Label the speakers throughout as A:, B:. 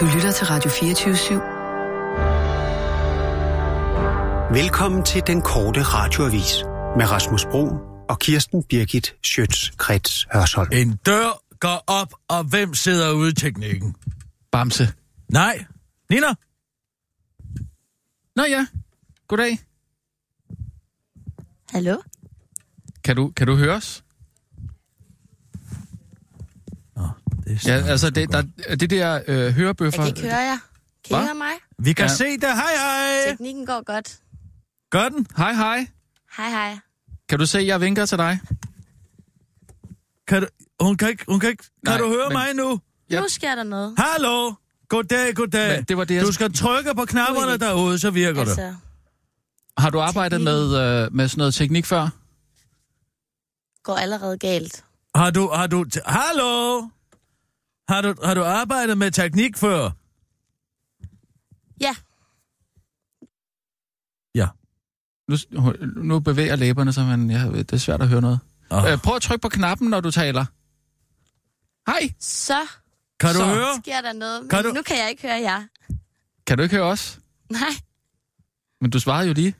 A: Du lytter til Radio 24
B: Velkommen til den korte radioavis med Rasmus Bro og Kirsten Birgit Schøtz-Krets Hørsholm.
C: En dør går op, og hvem sidder ude i teknikken?
D: Bamse.
C: Nej. Nina?
D: Nå ja, goddag.
E: Hallo?
D: Kan du, kan du høre os?
C: Det
D: Ja, altså det, der, det der øh, hørebøffer...
E: Jeg kan ikke høre jer. Kan I
D: Hva?
E: høre mig?
C: Vi kan ja.
D: Ja.
C: se det. Hej, hej.
E: Teknikken går godt.
C: Gør den.
D: Hej, hej.
E: Hej, hej.
D: Kan du se, jeg vinker til dig?
C: Kan du... Hun kan ikke... Hun kan ikke... Kan
D: Nej,
C: du høre men...
D: men-
C: mig nu?
D: Ja.
E: Nu sker der noget.
C: Hallo? Goddag, goddag.
D: Men det var det, jeg-
C: Øh, Du skal trykke på knapperne
E: Ui.
C: derude, så virker altså... det.
E: Altså,
D: Har du arbejdet med, øh, med sådan noget teknik før?
E: går allerede galt.
C: Har du... Har du... t- Hallo? Har du, har du arbejdet med teknik før?
E: Ja,
D: Nu, nu bevæger læberne sig, men jeg, det er svært at høre noget.
C: Oh.
D: Øh, prøv at trykke på knappen, når du taler. Hej.
E: så
C: Kan du
D: så-
C: høre?
E: sker der noget. Men
C: Kan du-
E: nu kan jeg ikke høre jer.
D: Kan du ikke høre os?
E: Nej.
D: Men du svarede jo lige.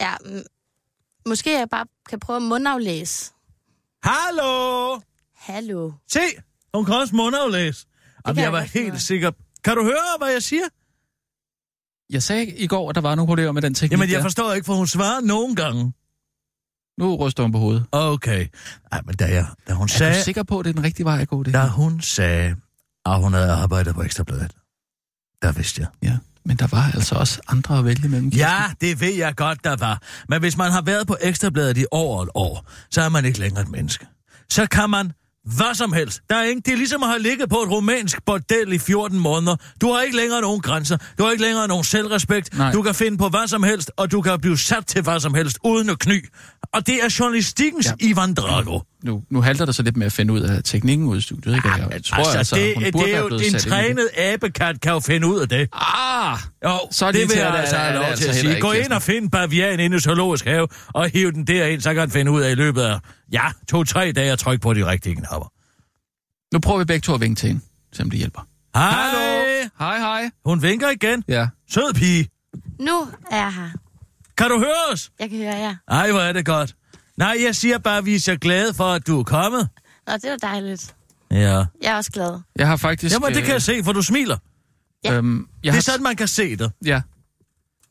E: Ja, m- måske jeg bare kan prøve at mundaflæse.
C: Hallo?
E: Hallo.
C: Se, hun kan også mundaflæse. Jamen,
E: kan
C: jeg
E: jeg
C: var
E: godt finde ud
C: helt
E: af.
C: sikker. Kan du høre, hvad jeg siger?
D: Jeg sagde i går, at der var nogle problemer med den teknik
C: Jamen, jeg
D: der.
C: forstår ikke, for hun svarer nogen gange.
D: Nu ryster hun på hovedet.
C: Okay. Ej, men da, jeg, da hun
D: Er du
C: sagde,
D: sikker på, at det er den rigtige vej at gå, det
C: da
D: her?
C: hun sagde, at hun havde arbejdet på Ekstrabladet, der vidste jeg.
D: Ja. Men der var altså også andre at vælge mellem.
C: Ja, det ved jeg godt, der var. Men hvis man har været på Ekstrabladet i over et år, så er man ikke længere et menneske. Så kan man hvad som helst. Der er ingen, det er ligesom at have ligget på et rumænsk bordel i 14 måneder. Du har ikke længere nogen grænser. Du har ikke længere nogen selvrespekt.
D: Nej.
C: Du kan finde på hvad som helst, og du kan blive sat til hvad som helst uden at kny. Og det er journalistikkens ja.
D: Ja.
C: Ivan Drago.
D: Nu, nu halter det så lidt med at finde ud af teknikken ud i studiet, ikke? Jeg tror altså, altså
C: Ah, det,
D: hun burde
C: det er
D: være
C: jo,
D: blevet
C: en
D: sat ind i det.
C: trænet abekat kan jo finde ud af det.
D: Ah!
C: Jo,
D: Så
C: så
D: er
C: det
D: det
C: vil
D: til,
C: jeg
D: at der-
C: altså
D: der-
C: have
D: der er
C: lov
D: altså
C: til at
D: heller
C: sige.
D: ikke,
C: Gå ind
D: Kirsten.
C: og find bavian inde i zoologisk have, og hiv den derind, så kan han finde ud af i løbet af, ja, to-tre dage at trykke på de rigtige knapper.
D: Nu prøver vi begge to at vinke til hende, se om det hjælper.
C: Hej!
D: Hej, hej.
C: Hun vinker igen.
D: Ja.
C: Sød pige.
E: Nu er jeg her.
C: Kan du høre os?
E: Jeg kan høre jer.
C: Ej, hvor er det godt. Nej, jeg siger bare, at vi er så glade for, at du er kommet.
E: Nå, det var dejligt.
C: Ja.
E: Jeg er også glad.
D: Jeg har faktisk...
C: Jamen, det kan jeg se, for du smiler.
E: Ja.
D: Øhm, jeg
C: Det
D: har,
C: er sådan, man kan se det.
D: Ja.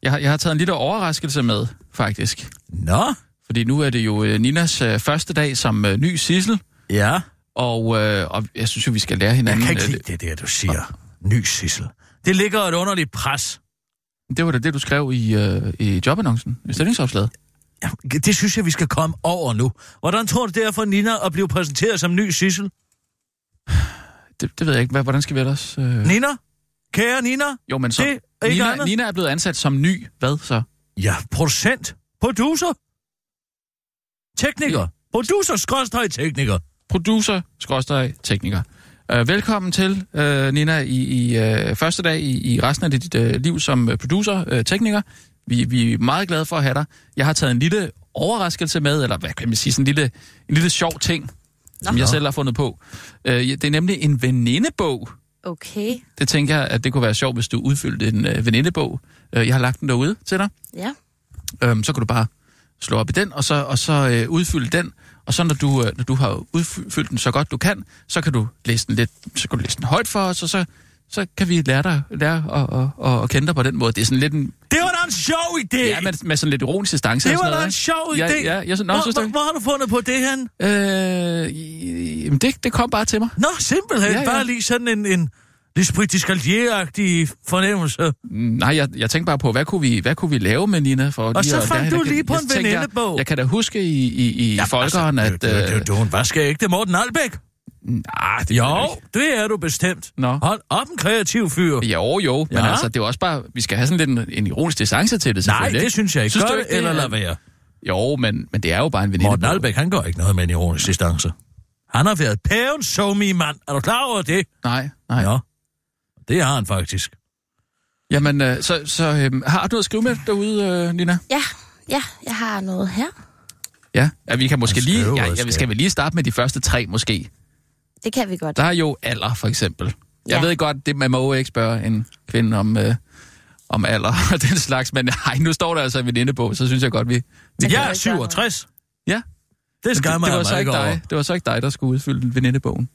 D: Jeg har, jeg har taget en lille overraskelse med, faktisk.
C: Nå,
D: Fordi nu er det jo øh, Ninas øh, første dag som øh, ny sissel,
C: ja.
D: og, øh, og jeg synes jo, vi skal lære
C: Jeg
D: hinanden...
C: kan ikke
D: øh,
C: lide det der, du siger. Ny sissel. Det ligger et underligt pres.
D: det, det var da det, du skrev i, øh, i jobannoncen, i stillingsopslaget.
C: Ja, det synes jeg, vi skal komme over nu. Hvordan tror du, det er for Nina at blive præsenteret som ny Sissel?
D: Mm. Det, det ved jeg ikke. Hvad, hvordan skal vi ellers... Øh...
C: Nina? Kære Nina?
D: Jo, men så...
C: Det er ikke
D: Nina,
C: andet.
D: Nina er blevet ansat som ny. Hvad så?
C: Ja, producent. Producer. Tekniker. Producer, skrådstræk tekniker.
D: producer, skråstrej, tekniker. Øh, velkommen til, øh, Nina, i, i øh, første dag i, i resten af dit øh, liv som øh, producer, øh, tekniker. Vi, vi er meget glade for at have dig. Jeg har taget en lille overraskelse med, eller hvad kan man sige, sådan en lille, en lille sjov ting, som jeg selv har fundet på. Øh, det er nemlig en venindebog.
E: Okay.
D: Det tænker jeg, at det kunne være sjovt, hvis du udfyldte en øh, venindebog. Øh, jeg har lagt den derude til dig.
E: Ja.
D: Øhm, så kan du bare slå op i den, og så, og så øh, udfylde den. Og så når du, øh, når du har udfyldt den så godt du kan, så kan du læse den, lidt, så kan du læse den højt for os, og så, så kan vi lære dig lære at, at, at, at kende dig på den måde. Det er sådan lidt en,
C: Det var da en sjov idé.
D: ja, med, med sådan lidt ironisk distance.
C: Øh. det
D: og
C: var
D: sådan
C: da
D: noget,
C: en sjov
D: ikke?
C: idé.
D: Ja, ja, jeg, nå,
C: hvor,
D: synes du
C: hvor,
D: ikke?
C: hvor har du fundet på det hen?
D: Øh, i- jamen, det, det kom bare til mig.
C: Nå, simpelthen. Ja,
D: Ja,
C: ja.
D: ja.
C: Bare lige sådan en... en Lisbeth Discaldier-agtig fornemmelse.
D: Nej, jeg, jeg tænkte bare på, hvad kunne vi, hvad kunne vi lave med Nina? For lige
C: så
D: at lære
C: fandt du
D: hende at kende?
C: lige på
D: Jeg
C: en
D: tænker,
C: venindebog.
D: Jeg, jeg kan da huske i, i, i ja, folkeren,
C: altså,
D: at... øh-
C: Det, det, det, det, det, hvad skal jeg ikke? Det er Morten Albæk.
D: nej, ah, det kan jeg
C: Jo,
D: ikke.
C: det er du bestemt.
D: Nå.
C: Hold op en kreativ fyr.
D: Jo, jo, men
C: Ja.
D: altså, det er jo også bare, vi skal have sådan lidt en, en ironisk distance til det,
C: Nej,
D: selvfølgelig.
C: det synes jeg ikke. Synes
D: du
C: Gør det,
D: det
C: eller
D: er-
C: lad være.
D: Jo, men, men det er jo bare en veninde.
C: Morten Albæk, han går ikke noget med en ironisk distance. Han har været pavens somi mand. Er du klar over det?
D: Nej, nej.
C: Ja. Det har han faktisk.
D: Jamen, øh, så, så øh, har du noget at skrive med derude, øh, Nina?
E: Ja, ja, jeg har noget her.
D: Ja. ja, vi kan måske
C: skriver
D: lige,
C: også,
D: ja, ja, vi
C: ja.
D: skal vel lige starte med de første tre, måske.
E: Det kan vi godt.
D: Der er jo alder, for eksempel. Jeg
E: Ja.
D: ved godt, det, man må jo ikke spørge en kvinde om, øh, om alder og den slags, men nej, nu står der altså i venindebog, så synes jeg godt, vi... vi
E: kan
C: Jeg
E: jeg
C: er
E: ikke gøre noget.
C: 67.
D: Ja.
C: Det
D: det,
C: skammer
D: det, var
C: jeg
D: så
C: mig
D: ikke
C: ikke over.
D: dig, det var så ikke dig, der skulle udfylde venindebogen.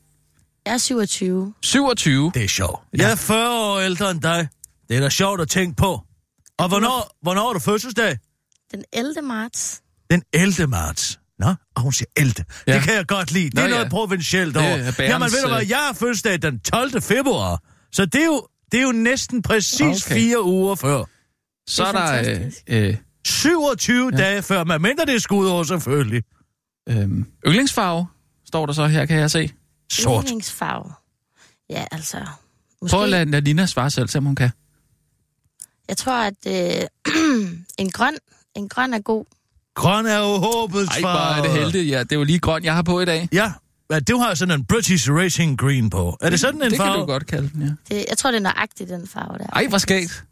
E: Jeg er 27.
D: 27.
C: Det er sjovt. Jeg er 40 år ældre end dig. Det er da sjovt at tænke på. Og hvornår, hvornår er du fødselsdag?
E: Den 11. marts.
C: Den 11. marts. Nå, og hun siger 11. Ja.
D: Ja.
C: Det kan jeg godt lide. Det er
D: Nå, ja.
C: noget provincielt
D: Det
C: over.
D: er
C: Jamen,
D: bærens,
C: ved du hvad,
D: øh,
C: jeg har fødselsdag den 12. februar. Så det er jo, det er jo næsten præcis okay.
D: Okay.
C: fire uger før.
D: Så
E: Det
D: er
E: er
D: der...
E: fantastisk.
D: Øh, øh,
C: 27 ja.
D: Ja.
C: dage før, men mindre det er skudår selvfølgelig.
D: øh, yndlingsfarve står der så her, kan jeg se.
C: Sort.
E: Mm. Yndlingsfarve. Ja, altså... Måske,
D: Prøv at lade, lade Nina svare selv, selvom hun kan.
E: Jeg tror, at øh, en, grøn, en grøn er god.
C: Grøn er jo håbets
D: Ej,
C: farve.
D: hvor er det heldigt. Ja, det er jo lige grøn, jeg har på i dag.
C: Ja, ja, du har sådan en British Racing Green på. Er det sådan en
D: Mm, det
C: farve?
D: kan du godt kalde den, ja.
E: Det, jeg tror, det er nøjagtigt, den farve der.
D: Ej, hvor skægt.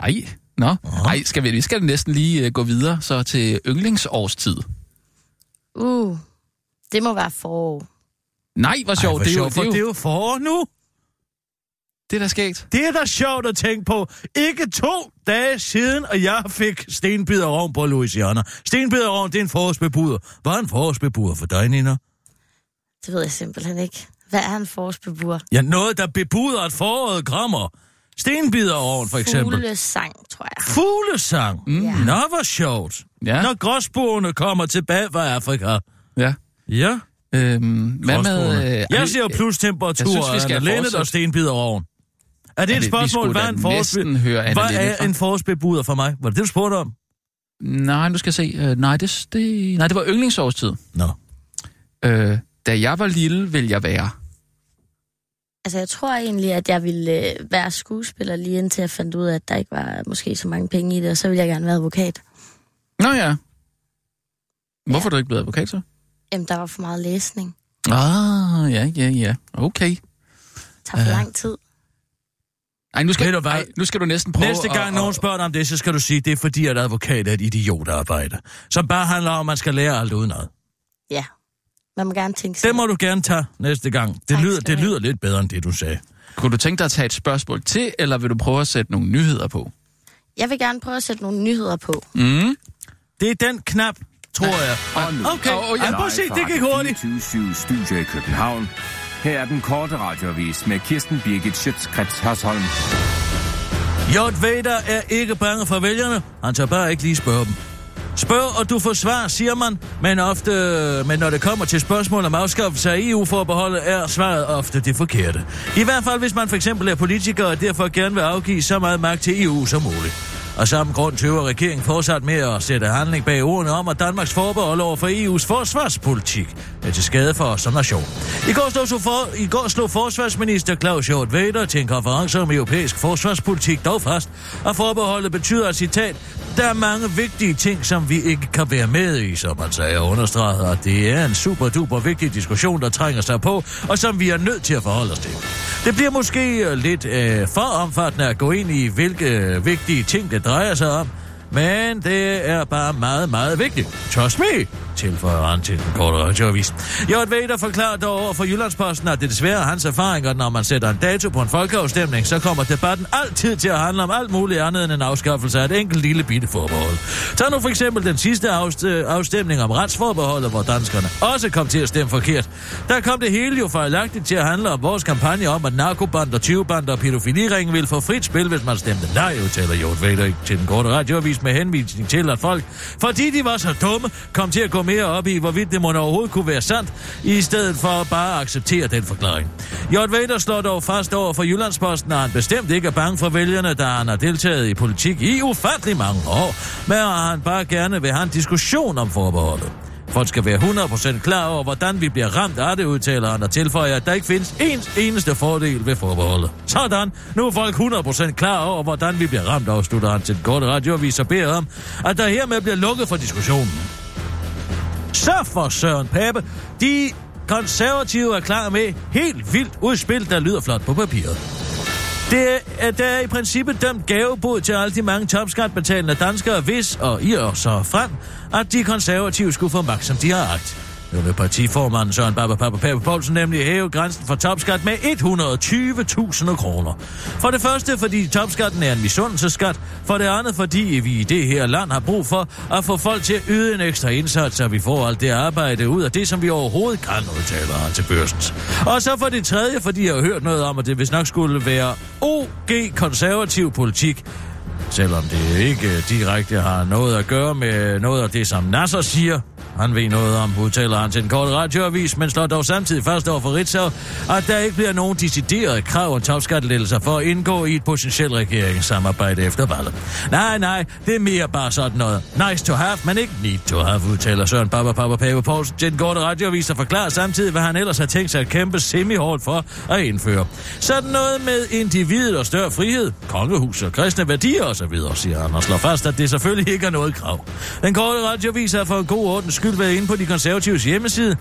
D: Ej, nå. Ej, skal vi, vi skal næsten lige øh, gå videre så til yndlingsårstid.
E: Uh, det må være forår.
D: Nej, hvor
C: Ej,
D: sjovt.
C: hvor
D: det, er jo,
C: sjovt,
D: det,
C: for
D: er jo,
C: det er jo forår nu.
D: det er da skægt.
C: Det er da sjovt at tænke på. Ikke to dage siden, at jeg fik stenbiderovn på Louisiana. Stenbiderovn, det er en forårsbebuder. Hvad er en forårsbebuder for dig, Nina?
E: Det ved jeg simpelthen ikke. Hvad er en forårsbebur?
C: Ja, noget, der bebuder, at foråret kommer. Stenbiderovn, for eksempel.
E: Fuglesang, tror jeg.
C: Fuglesang. Mm.
E: Ja.
C: Nå, hvor sjovt.
D: Ja.
C: Når gråsboerne kommer tilbage fra Afrika.
D: Ja.
C: Ja,
D: Øhm, hvad
C: gråsboerne.
D: med... øh,
C: jeg siger
D: jeg
C: plustemperaturer,
D: synes, vi skal
C: Anna Lennet
D: fortsætte.
C: og stenbiderovn. Er det et
D: vi- vi
C: spørgsmål?
D: skulle
C: Hvad er
D: da
C: en
D: næsten høre
C: forårsbebuder?
D: Anna
C: Hvad
D: Lennet
C: er
D: fra.
C: en forårsbebuder for mig? Var det det, du spurgte om?
D: Nej, nu skal jeg se. Øh, nej, det, det, nej, det var yndlingsårstid.
C: Nå.
D: Øh, da jeg var lille, ville jeg være.
E: Altså, jeg tror egentlig, at jeg ville øh, være skuespiller lige indtil jeg fandt ud af, at der ikke var måske så mange penge i det, og så ville jeg gerne være advokat.
D: Nå ja. Hvorfor er du ikke blevet advokat så?
E: Jamen, der var for meget læsning.
D: Ah, ja, ja, ja. Okay.
E: Det tager for lang tid.
D: Ej, nu
C: Ved
D: skal,
C: du hvad?
D: ej, nu skal du næsten prøve
C: Næste gang
D: at-
C: nogen
D: at-
C: spørger dig om det, så skal du sige, det er fordi, at advokat er et idiotarbejde, som bare handler om, at man skal lære alt udenad.
E: Ja. Man må gerne tænke
C: Det
E: sig.
C: må du gerne tage næste gang. Det,
E: Tak
C: lyder,
E: skal
C: det
E: du have.
C: lyder lidt bedre end det, du sagde.
D: Kunne du tænke dig at tage et spørgsmål til, eller vil du prøve at sætte nogle nyheder på?
E: Jeg vil gerne prøve at sætte nogle nyheder på.
D: Mm.
C: Det er den knap, tror jeg.
D: Og nu-
C: Okay,
D: Åh, ja.
C: Ej, prøv at se, det gik hurtigt.
F: 24 Studio i København. Her er den korte radiovis med Kirsten Birgit Schøtzgrads Hasholm.
C: J. Vader er ikke bange for vælgerne. Han tør bare ikke lige spørge dem. Spørg, og du får svar, siger man, men, ofte, men når det kommer til spørgsmål om afskaffelse af EU-forbeholdet, er svaret ofte det forkerte. I hvert fald, hvis man for eksempel er politiker og derfor gerne vil afgive så meget magt til EU som muligt. Og samme grund tøver regeringen fortsat med at sætte handling bag ordene om, at Danmarks forbehold over for EU's forsvarspolitik er til skade for os som nation. I går slog, så for, i går slog forsvarsminister Claus Hjort Vader til en konference om europæisk forsvarspolitik dog fast, at forbeholdet betyder, citat, der er mange vigtige ting, som vi ikke kan være med i, som man sagde og understregede, at det er en super duper vigtig diskussion, der trænger sig på, og som vi er nødt til at forholde os til. Det bliver måske øh, lidt øh, for omfattende at gå ind i, hvilke øh, vigtige ting det drejer sig om, men det er bare meget, meget vigtigt. Trust me, tilføjer han til den korte radioavis. Jørgen Vader forklarer dog over for Jyllandsposten, at det desværre er hans erfaring, at når man sætter en dato på en folkeafstemning, så kommer debatten altid til at handle om alt muligt andet end en afskaffelse af et enkelt lille bitte forbehold. Tag nu for eksempel den sidste afst- øh, afstemning om retsforbeholdet, hvor danskerne også kom til at stemme forkert. Der kom det hele jo fejlagtigt til at handle om vores kampagne om, at narkobander, tyvebander og pædofiliringen ville få frit spil, hvis man stemte nej, udtaler Jort Vader til den korte radioavis med henvisning til, at folk, fordi de var så dumme, kom til at gå mere op i, hvorvidt det må overhovedet kunne være sandt, i stedet for bare at acceptere den forklaring. Jort Vader slår dog fast over for Jyllandsposten, at han bestemt ikke er bange for vælgerne, da han har deltaget i politik i ufattelig mange år, men at han bare gerne vil have en diskussion om forbeholdet. Folk skal være 100% klar over, hvordan vi bliver ramt af det, udtaler han og tilføjer, at der ikke findes ens eneste fordel ved forbeholdet. Sådan, nu er folk 100% klar over, hvordan vi bliver ramt, afslutter han til den korte radioavis og beder om, at der hermed bliver lukket for diskussionen. Så for Søren Pape, de konservative er klar med helt vildt udspil, der lyder flot på papiret. Det er, der er i princippet dømt gavebod til alle de mange topskatbetalende danskere, hvis og i og så frem, at de konservative skulle få magt, som de har agt. Nu vil partiformanden Søren Baba Papa Pape Poulsen nemlig hæve grænsen for topskat med 120.000 kroner. For det første, fordi topskatten er en misundelseskat. For det andet, fordi vi i det her land har brug for at få folk til at yde en ekstra indsats, så vi får alt det arbejde ud af det, som vi overhovedet kan, udtaler han til børsens. Og så for det tredje, fordi jeg har hørt noget om, at det vist nok skulle være OG-konservativ politik, Selvom det ikke direkte har noget at gøre med noget af det, som Nasser siger. Han ved noget om, udtaler han til en kort radioavis, men slår dog samtidig fast over for Ritzau, at der ikke bliver nogen deciderede krav om topskattelettelser for at indgå i et potentielt regeringssamarbejde efter valget. Nej, nej, det er mere bare sådan noget. Nice to have, men ikke need to have, udtaler Søren Papa Papa Pape Poulsen til den korte radioavis, der forklarer samtidig, hvad han ellers har tænkt sig at kæmpe semihårdt for at indføre. Sådan noget med individet og større frihed, kongehus og kristne værdier osv., siger han og slår fast, at det selvfølgelig ikke er noget krav. Den korte radioavis har for en god ordens skyld været inde på de konservatives hjemmeside,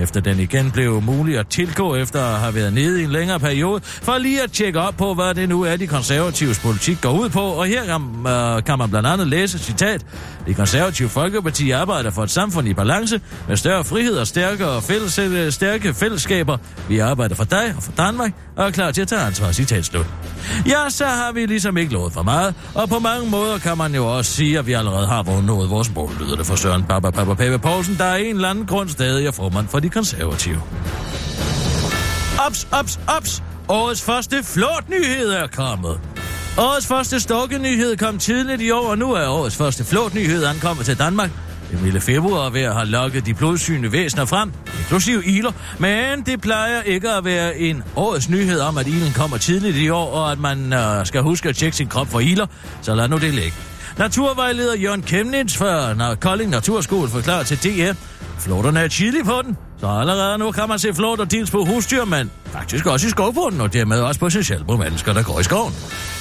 C: efter den igen blev mulig at tilgå efter at have været nede i en længere periode, for lige at tjekke op på, hvad det nu er, de konservatives politik går ud på. Og her kan, øh, kan man blandt andet læse, citat, Det konservative Folkeparti arbejder for et samfund i balance, med større frihed og stærkere fælles, øh, stærke fællesskaber. Vi arbejder for dig og for Danmark, og er klar til at tage ansvar, citat slut. Ja, så har vi ligesom ikke lovet for meget, og på mange måder kan man jo også sige, at vi allerede har nået vores mål, lyder det for Søren Papa Papa Pape Poulsen, der er en eller anden grund stadig er formand for de konservative. Ops, ops, ops! Årets første flot nyhed er kommet. Årets første storkenyhed kom tidligt i år, og nu er årets første flot nyhed ankommet til Danmark. Det milde februar ved at have lukket de blodsygende væsener frem, inklusiv iler, men det plejer ikke at være en årets nyhed om, at ilen kommer tidligt i år, og at man øh, skal huske at tjekke sin krop for iler, så lad nu det ligge. Naturvejleder Jørgen Kemnitz fra Na- Kolding Naturskole forklarer til DR, flåtterne er chili på den, så allerede nu kan man se flåtter dels på husdyr, men faktisk også i skovbunden, og dermed også på sig selv på mennesker, der går i skoven.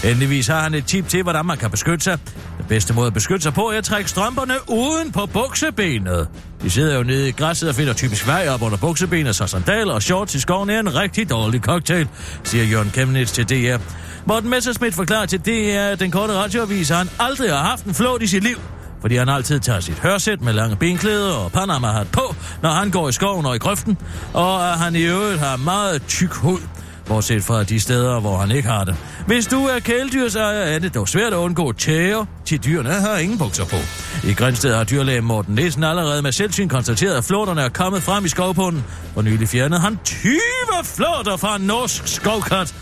C: Endeligvis har han et tip til, hvordan man kan beskytte sig. Den bedste måde at beskytte sig på er at trække strømperne uden på buksebenet. De sidder jo nede i græsset og finder typisk vej op under buksebenet, så sandaler og shorts i skoven er en rigtig dårlig cocktail, siger Jørgen Kemnitz til DR. Morten Messerschmidt forklarer til DR, at den korte radioavis, at han aldrig har haft en flot i sit liv, fordi han altid tager sit hørsæt med lange benklæder og Panama-hat på, når han går i skoven og i grøften, og at han i øvrigt har meget tyk hud, bortset fra de steder, hvor han ikke har det. Hvis du er kæledyrsejer, er det dog svært at undgå tæer til dyrene har ingen bukser på. I Grænsted har dyrlægen Morten Nielsen allerede med selvsyn konstateret, at flåterne er kommet frem i skovbunden, og nylig fjernede han 20 flåter fra en norsk skovkat.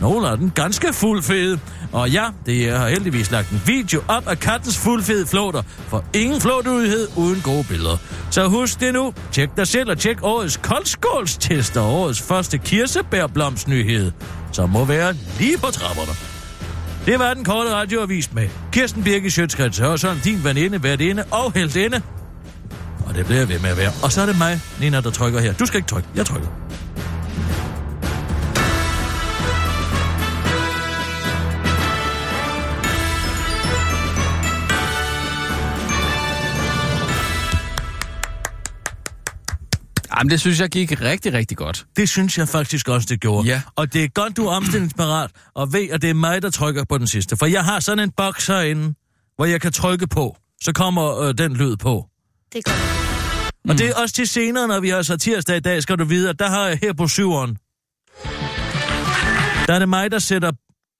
C: Nogle af den ganske fuldfede. Og ja, det er- har heldigvis lagt en video op af kattens fuldfede flåter, for ingen flåtudighed uden gode billeder. Så husk det nu. Tjek dig selv og tjek årets koldskålstest og årets første kirsebærblomstnyhed, som må være lige på trapperne. Det var den korte radioavis med Kirsten Birke Sjøtskrets Hørsson, din veninde, værtinde og heldinde. Og det bliver jeg ved med at være. Og så er det mig, Nina, der trykker her. Du skal ikke trykke, jeg trykker.
D: Jamen, det synes jeg gik rigtig, rigtig godt.
C: Det synes jeg faktisk også, det gjorde.
D: Ja.
C: Og det er godt, du er omstillingsparat, og ved, at det er mig, der trykker på den sidste. For jeg har sådan en boks herinde, hvor jeg kan trykke på. Så kommer øh, den lyd på.
E: Det er godt.
C: Og det er også til senere, når vi har så tirsdag i dag, skal du vide, at der har jeg her på syveren. Der er det mig, der sætter,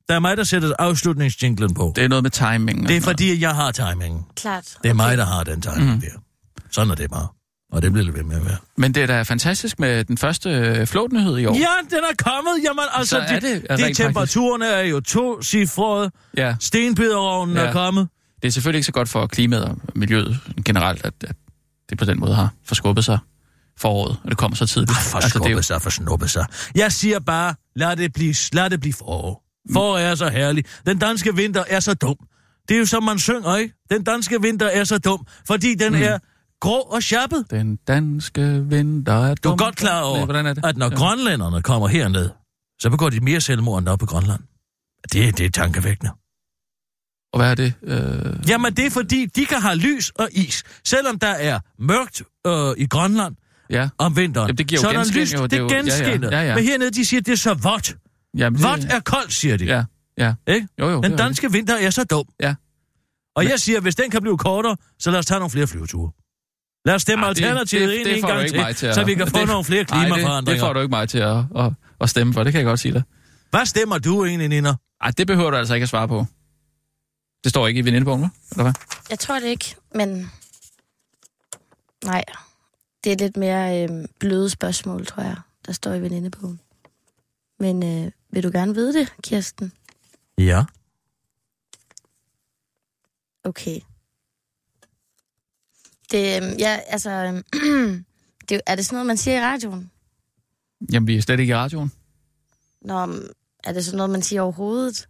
C: der er mig, der sætter afslutningsjinglen på. Det,
D: Det er noget med timingen. og
C: det er
D: sådan noget.
C: fordi, at jeg har timingen.
E: Klart.
C: Det er mig, der har den timing mm. der. Sådan er det bare. Og det bliver det ved med at være.
D: Men det er da fantastisk med den første øh, flåtnyhed i år.
C: Ja, den er kommet. Jamen, altså,
D: Så er
C: de,
D: det rent
C: de
D: faktisk.
C: temperaturerne er jo to cifrede.
D: ja.
C: Stenbiderovnen ja.
D: Ja.
C: er kommet.
D: Det er selvfølgelig ikke så godt for klimaet og miljøet generelt, at, at det på den måde har forskubbet sig foråret, og det kommer så tidligt.
C: Ah, for altså,
D: det er jo,
C: skubbet sig, for snuppet sig. Jeg siger bare, lad det blive, lad det blive forår. Forår er så herlig. Den danske vinter er så dum. Det er jo som man synger, ikke? Den danske vinter er så dum, fordi den mm. er grå og sjappet.
D: den danske vinter er
C: Du er
D: dum.
C: godt klar over,
D: Nej, Hvordan er det?
C: at når
D: Ja.
C: grønlænderne kommer herned, så begår de mere selvmord end oppe i Grønland. Det, det er tankevækkende.
D: Og hvad er det? Øh,
C: Jamen, det er fordi, de kan have lys og is. Selvom der er mørkt øh, i Grønland,
D: ja.
C: om vinteren.
D: Jamen, det giver jo
C: så er der
D: genskin,
C: lyst,
D: jo.
C: det,
D: Det er jo-
C: er
D: ja, ja.
C: genskinnet.
D: Ja, ja.
C: Men hernede, de siger, det er så vådt.
D: Jamen, det-
C: Vådt er koldt, siger de.
D: Ja, ja.
C: Ikke?
D: Jo, jo. det
C: Den
D: er
C: danske vinter er så dum.
D: Ja.
C: Og jeg siger, hvis den kan blive kortere, så lad os tage nogle flere flyveture. Lad os stemme
D: Ej,
C: Ej,
D: det-
C: alternativet
D: det-
C: ind
D: det
C: en
D: får du
C: gang
D: ikke mig
C: til,
D: til at-
C: så vi kan få
D: det-
C: nogle flere klimaforandringer.
D: det, det får du ikke mig til at, at, at stemme for, det kan jeg godt sige dig.
C: Hvad stemmer du egentlig, Nina?
D: Ej, det behøver du altså ikke at svare på. Det står ikke i venindebogen, hva'? eller hvad?
E: Jeg tror det ikke, men... Nej. Det er lidt mere øh, bløde spørgsmål, tror jeg, der står i venindebogen. Men øh, vil du gerne vide det, Kirsten?
C: Ja.
E: Okay. Det, øh, ja, altså... Øh, det, er det sådan noget, man siger i radioen?
D: Jamen, vi er slet ikke i radioen.
E: Nå, men er det sådan noget, man siger overhovedet?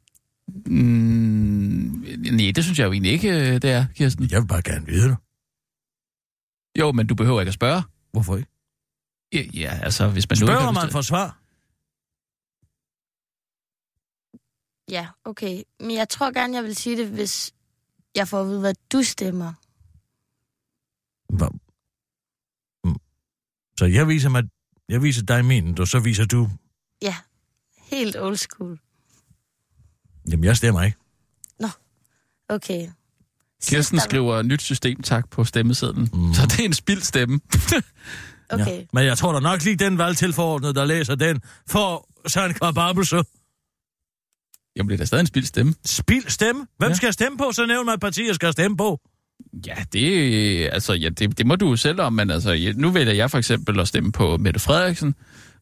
D: Mm, nej, det synes jeg jo egentlig ikke, øh, det er, Kirsten.
C: Jeg vil bare gerne vide det.
D: Jo, men du behøver ikke at spørge.
C: Hvorfor ikke?
D: Ja, ja altså, hvis man nu ikke
C: Spørger
D: har lyst
C: man
D: til-
C: for svar?
E: Ja, okay. Men jeg tror gerne, jeg vil sige det, hvis jeg får at vide, hvad du stemmer.
C: Hvad? Mm. Så jeg viser, mig, jeg viser dig min, og så viser du...
E: Ja, helt old school.
C: Jamen, jeg stemmer ikke.
E: Okay. Sidst,
D: Kirsten
E: der-
D: skriver nyt system, tak på stemmesedlen.
C: Mm.
D: Mm. Så det er en spild stemme.
E: Okay.
C: Men jeg tror da nok lige den valgtilforordnede, der læser den, får så en kvababelse.
D: Jamen, det er da stadig en spild stemme.
C: Spild stemme. Hvem ja.
D: Ja.
C: skal jeg stemme på? Så nævn mig et parti, jeg skal stemme på.
D: Ja, det, altså, ja, det, det må du jo selv om, men altså, ja, nu vælger jeg for eksempel at stemme på Mette Frederiksen,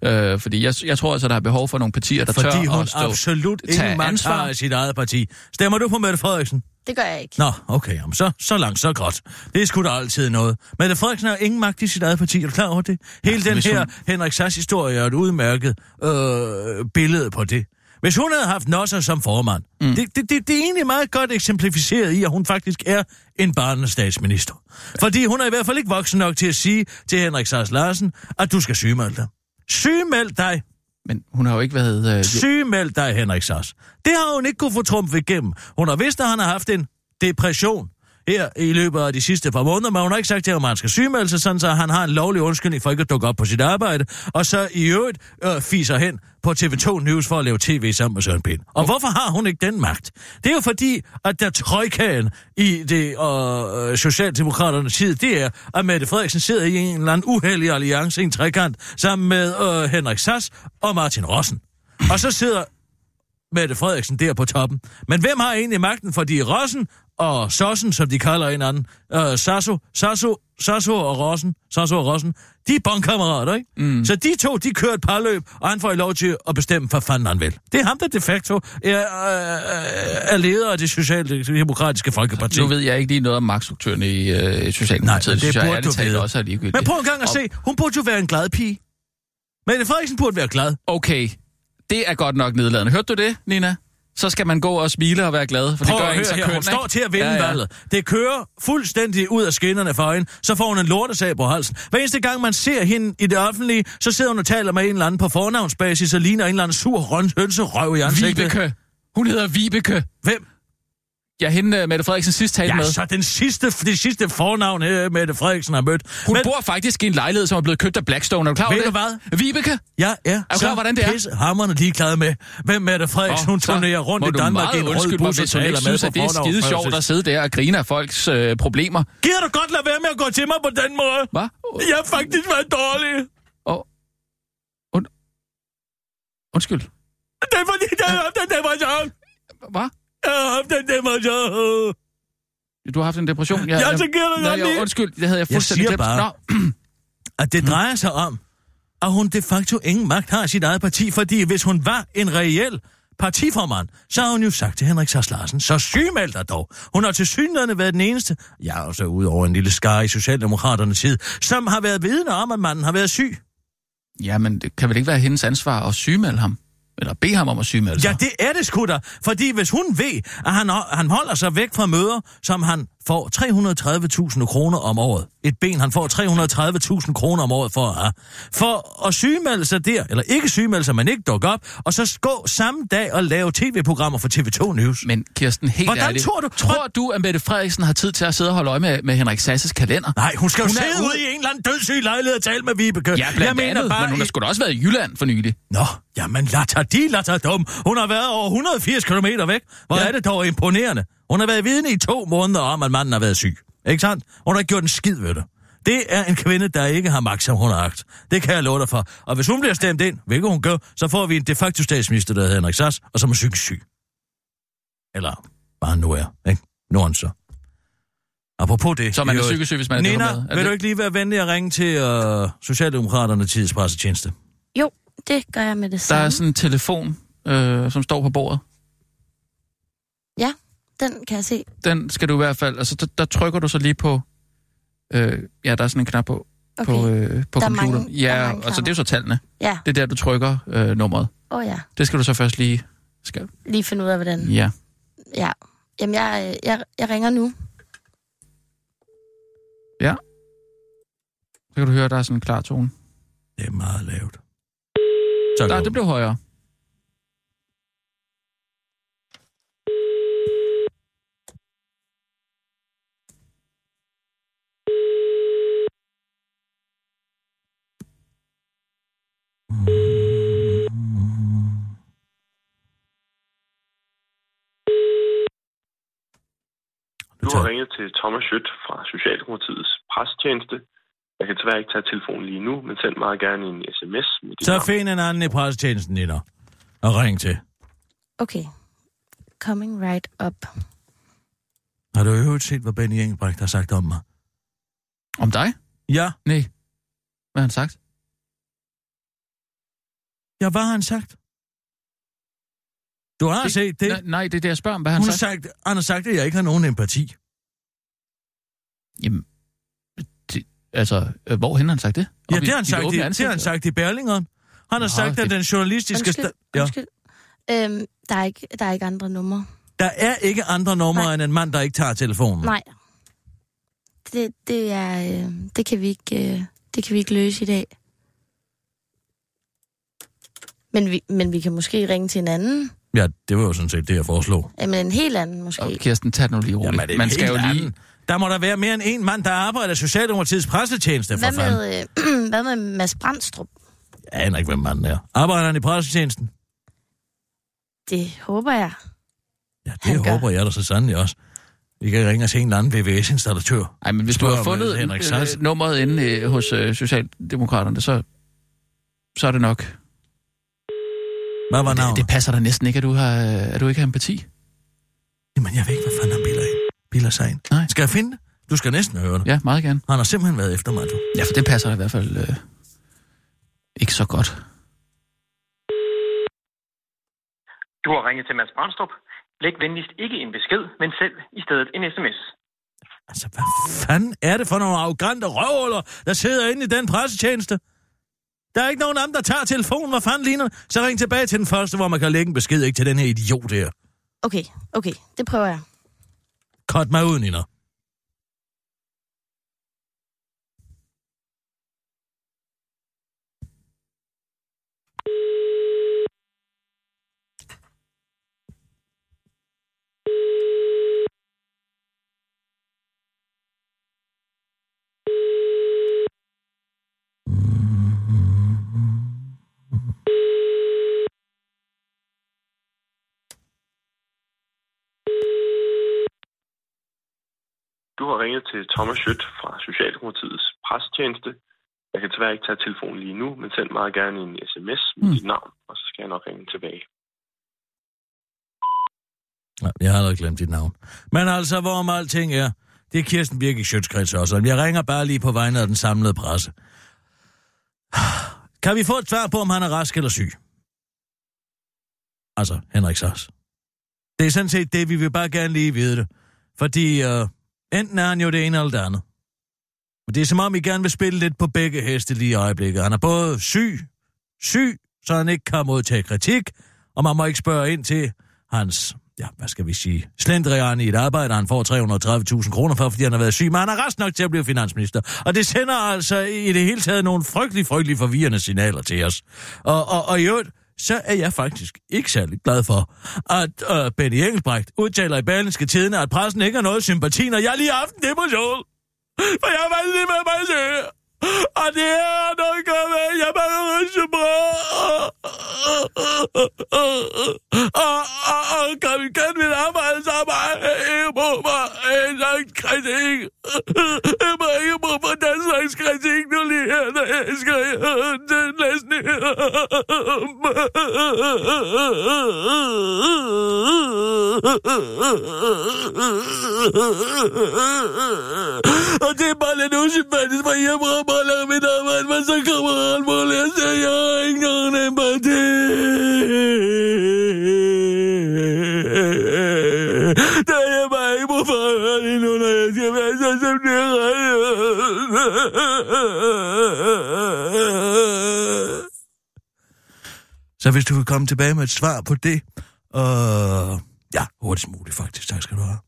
D: øh, fordi jeg, jeg tror altså, der er behov for nogle partier, der
C: Fordi
D: tør
C: hun
D: at stå.
C: absolut
D: tage
C: ingen mand
D: ansvar.
C: har i sit eget parti. Stemmer du på Mette Frederiksen?
E: Det gør jeg ikke.
C: Nå, okay, jamen så, så langt, så godt. Det er sgu da altid noget. Mette Frederiksen har ingen magt i sit eget parti, er du klar over det? Hele
D: Ja,
C: den
D: hvis
C: her
D: hun-
C: Henrik Sass historie er et udmærket øh, billede på det. Hvis hun havde haft Nosser som formand, mm. det, det, det, det er egentlig meget godt eksemplificeret i, at hun faktisk er en barnestatsminister. Fordi hun er i hvert fald ikke voksen nok til at sige til Henrik Sass Larsen, at du skal sygemelde dig. Sygemeld dig!
D: Men hun har jo ikke været... Øh, jo,
C: Sygemeld dig, Henrik Sass. Det har hun ikke kunne få trumfet igennem. Hun har vidst, at han har haft en depression her i løbet af de sidste par måneder, men hun har ikke sagt til ham, at han skal sygemelde sig, sådan så han har en lovlig undskyldning for ikke at dukke op på sit arbejde, og så i øvrigt øh, fiser hen på TV2 News for at lave tv sammen med Søren Pind. Og hvorfor har hun ikke den magt? Det er jo fordi, at der trøjkagen i det øh, Socialdemokraternes tid, det er, at Mette Frederiksen sidder i en eller anden uheldig alliance, en trekant, sammen med øh, Henrik Sass og Martin Rossen. Og så sidder Mette Frederiksen der på toppen. Men hvem har egentlig magten? Fordi Rossen og Sossen, som de kalder hinanden, øh, Sasso, Sasso, Sasso og Rossen, Sasso og Rossen, de er bondkammerater, ikke? Mm. Så de to, de kører et parløb, og han får lov til at bestemme, hvad fanden han vil. Det er ham, der de facto er, øh, er leder af det socialdemokratiske folkeparti.
D: nu ved jeg ikke lige noget om magtstrukturen i øh,
C: Nej,
D: Socialdemokratiet.
C: men det
D: synes jeg,
C: burde
D: ærligt
C: du
D: talt
C: vide.
D: Også er ligegyldigt.
C: Men prøv en gang at se, hun burde jo være en glad pige. Mette Frederiksen burde være glad.
D: Okay, det er godt nok nedladende. Hørte du det, Nina? Så skal man gå og smile og være glad, for
C: Prøv
D: det gør
C: at
D: en
C: høre
D: så
C: her,
D: køn,
C: hun
D: ikke?
C: står til at vinde ja, ja. valget. Det kører fuldstændig ud af skinnerne for hende, så får hun en lortesag på halsen. Hver eneste gang, man ser hende i det offentlige, så sidder hun og taler med en eller anden på fornavnsbasis og ligner en eller anden sur røn hønserøv i ansigtet.
D: Vibeke. Hun hedder Vibeke.
C: Hvem?
D: Ja, hende øh, Mette Frederiksen sidst talte
C: Ja,
D: med.
C: så den sidste, det sidste fornavn, øh, Mette Frederiksen har mødt.
D: Hun
C: Men
D: Men... bor faktisk i en lejlighed, som er blevet købt af Blackstone. Er du klar over
C: Ved
D: det?
C: du
D: hvad? Vibeke.
C: jeg er,
D: du
C: så
D: klar, hvordan det er?
C: pissehamrende ligeglad med, hvem Mette Frederiksen,
D: Åh,
C: hun
D: så
C: turnerer rundt
D: må
C: i
D: du
C: Danmark
D: meget
C: i en rød
D: undskylde mig,
C: bus og
D: hvis hun ikke
C: taler med
D: synes,
C: på
D: at det er skide sjovt at
C: fornavnsbasis.
D: sidde der og grine af folks øh, problemer.
C: Gider du godt lade være med at gå til mig på den måde?
D: Hvad?
C: Jeg har faktisk været dårlig.
D: Og... Und... Undskyld.
C: Det er fordi, jeg har haft en depression.
D: Hvad?
C: Jeg har haft en depression.
D: Du har haft en depression?
C: Jeg er så ked af det,
D: Nå,
C: Andy.
D: jeg, undskyld, det havde jeg
C: Jeg
D: fuldstændig
C: siger
D: glemt.
C: bare-
D: Nå,
C: At det drejer sig om, at hun de facto ingen magt har i sit eget parti, fordi hvis hun var en reel partiformand, så har hun jo sagt til Henrik Sars Larsen, så sygemeld dig dog. Hun har til synligheden været den eneste, jeg er også ud over en lille skar i Socialdemokraternes tid, som har været vidne om, at manden har været syg.
D: jamen, det kan vel ikke være hendes ansvar at sygemelde ham? Eller bede ham om at sygemelde
C: Ja,
D: sig?
C: det er det sgu da. Fordi hvis hun ved, at han, han holder sig væk fra møder, som han får 330.000 kroner om året. Et ben, han får 330.000 kroner om året for at have. For at sygemelde sig der, eller ikke sygemelde sig, men ikke dukke op, og så gå samme dag og lave tv-programmer for TV2 News.
D: Men Kirsten, helt
C: Hvordan
D: ærligt,
C: tror du-
D: tror du, at Mette Frederiksen har tid til at sidde og holde øje med, med Henrik Sasses kalender?
C: Nej, hun skal jo
D: Hun er
C: sidde
D: ude-
C: ude i en eller anden dødssyg lejlighed og tale med Vibeke.
D: Ja, blandt
C: Jeg mener
D: andet,
C: bare,
D: men hun har
C: i-
D: sgu da også været i Jylland for nylig.
C: Nå, jamen latter de latter dum. Hun har været over 180 km væk. Hvor ja.
D: Ja.
C: er det dog imponerende. Hun har været vidne i to måneder om, at manden har været syg. Ikke sandt? Hun har ikke gjort en skid ved det. Det er en kvinde, der ikke har magt, som hun har agt. Det kan jeg love dig for. Og hvis hun bliver stemt ind, hvilket hun gør, så får vi en de facto statsminister, der hedder Henrik Sass, og som er psykisk syg. Eller bare nu er, ikke? Nu er han så. Apropos det...
D: Så man
C: i
D: er
C: øvrigt.
D: psykisk syg, hvis man ikke
C: Nina,
D: har med. Er
C: vil
D: det-
C: du ikke lige være venlig at ringe til øh, Socialdemokraterne Tidets Pressetjeneste?
E: Jo, det gør jeg med det
D: Der
E: samme.
D: er sådan en telefon, øh, som står på bordet.
E: Den kan jeg se.
D: Den skal du i hvert fald... Altså, der, der trykker du så lige på... Øh, ja, der er sådan en knap på,
E: Okay.
D: okay. på, øh, på
E: Der er
D: computeren.
E: mange- der er
D: ja,
E: mange
D: altså det er
E: knapper.
D: jo så tallene.
E: Ja,
D: Det er der, du trykker øh, nummeret.
E: åh oh, ja.
D: Det skal du så først lige... Skal.
E: Lige finde ud af, hvordan...
D: Ja.
E: Ja. Jamen, jeg, øh, jeg, jeg ringer nu.
D: Så kan du høre, der er sådan en klar tone.
C: Det er meget lavt. Så
D: Der,
C: lov.
D: det blev højere.
G: Du
C: Du
G: har
C: tager-
G: ringet til Thomas Schødt fra Socialdemokratiets presstjeneste. Jeg kan desværre ikke tage telefonen lige nu, men send meget gerne en sms med dit
C: Så
G: navn.
C: find en anden i pressetjenesten, Nina. Og ring til.
E: Okay. Coming right up.
C: Har du i øvrigt set, hvad Benny Engelbrecht har sagt om mig?
D: Om dig?
C: Ja,
D: Nej. Hvad har han sagt?
C: ja, hvad har han sagt? Du har
D: Det-
C: set det.
D: Nej, nej, det er det, jeg spørger om. Hvad har
C: Hun
D: han
C: har
D: sagt?
C: sagt, han har sagt, at jeg ikke har nogen empati.
D: Jamen, det, altså, øh, hvor hen har han sagt det?
C: Ja,
D: Op i
C: det har han
D: dit
C: sagt, i,
D: åbne
C: det
D: ansigt,
C: har han
D: eller?
C: sagt i Berlingeren. Han har
D: Nå,
C: sagt, at
D: det-
C: den journalistiske...
E: Undskyld,
C: sta- ja.
E: undskyld. Øhm, der, er ikke, der er ikke andre numre.
C: Der er ikke andre numre
E: Nej.
C: end en mand, der ikke tager
D: Mm.
C: telefonen.
E: Nej. Det, det, er, øh, det, kan vi ikke, øh, det kan vi ikke løse i dag. Men vi, men vi kan måske ringe til en anden.
C: Ja, det var jo sådan set det, jeg foreslog.
E: Jamen en helt anden måske.
D: Og Kirsten, tag det nu lige roligt.
C: Jamen, er det
D: man
C: en
D: skal jo
C: helt
D: lige...
C: anden? Der må der være mere end en mand, der arbejder i Socialdemokratiets pressetjeneste, for
E: Hvad
C: fanden.
E: med, øh, hvad med Mads Brandstrup?
C: Jeg aner ikke, hvem manden er. Arbejder han i pressetjenesten?
E: Det håber jeg.
C: Ja, det
E: Han gør.
C: håber jeg da så sandelig også. Vi kan ringe og se en anden VVS-installatør.
D: Ej, men hvis du
C: Spørg om,
D: har
C: øh,
D: fundet
C: Henrik
D: Henrik
C: Sass.
D: øh, nummeret inde øh, hos øh, Socialdemokraterne, så, så er det nok.
C: Hvad var
D: Det,
C: navnet?
D: det passer da næsten ikke, at du, har, øh, at du ikke har empati.
C: Jamen, jeg ved ikke, hvad fanden han biler, ind. biler sig ind.
D: Nej.
C: Skal jeg finde det? Du skal næsten høre det.
D: Ja, meget gerne.
C: Han har simpelthen været efter mig, du.
D: Ja, for det passer da i hvert fald øh, ikke så godt.
H: Du har ringet til Mads Brandstrup. Læg venligst ikke en besked, men selv i stedet en sms.
C: Altså, hvad fanden er det for nogle arrogante røvhuller, der sidder inde i den pressetjeneste? Der er ikke nogen anden, der tager telefonen. Hvad fanden ligner det? Så ring tilbage til den første, hvor man kan lægge en besked, ikke til den her idiot her.
E: Okay, okay, det prøver jeg.
C: Kort mig ud, Nina.
G: Du har ringet til Thomas Schødt fra Socialdemokratiets presstjeneste. Jeg kan desværre ikke tage telefonen lige nu, men send meget gerne en sms med
D: Mm.
G: dit navn, og så skal jeg nok ringe tilbage.
C: Nej, jeg har allerede glemt dit navn. Men altså, hvorom alting er, det er Kirsten Birgit Sjøtskrets også. og Jeg ringer bare lige på vegne af den samlede presse. Kan vi få et svar på, om han er rask eller syg? Altså, Henrik Sars. Det er sådan set det, vi vil bare gerne lige vide det. Fordi øh, enten er han jo det ene eller det andet. Men det er som om, I gerne vil spille lidt på begge heste lige i øjeblikket. Han er både syg, syg, så han ikke kan modtage kritik, og man må ikke spørge ind til hans, ja, hvad skal vi sige, slendrian i et arbejde, han får 330.000 kroner for, fordi han har været syg, men han er rest nok til at blive finansminister. Og det sender altså i det hele taget nogle frygtelig, frygtelig forvirrende signaler til os. Og, og, og i øvrigt, så er jeg faktisk ikke særlig glad for, at øh, Benny Engelbrecht udtaler i Berlingske Tidene, at pressen ikke har noget sympati, når jeg lige har haft en depression. For jeg var lige med mig selv. Og det er noget godt, med, jeg bare ryste på. Og, og, og kan vi kan mit arbejde sammen? Ikke på mig en slags kritik. Jeg må ikke bruge på den slags kritik nu lige her, når jeg skriver den næsten Og det er bare lidt usympatisk, for jeg prøver bare at lave mit arbejde, men så kommer alt muligt, og så er jeg har ikke nogen empati. Der er jeg bare ikke brug for at høre lige nu, når jeg skal være så, som det er rettet. Så hvis du vil komme tilbage med et svar på det, og ja, hurtigst muligt faktisk, tak skal du have.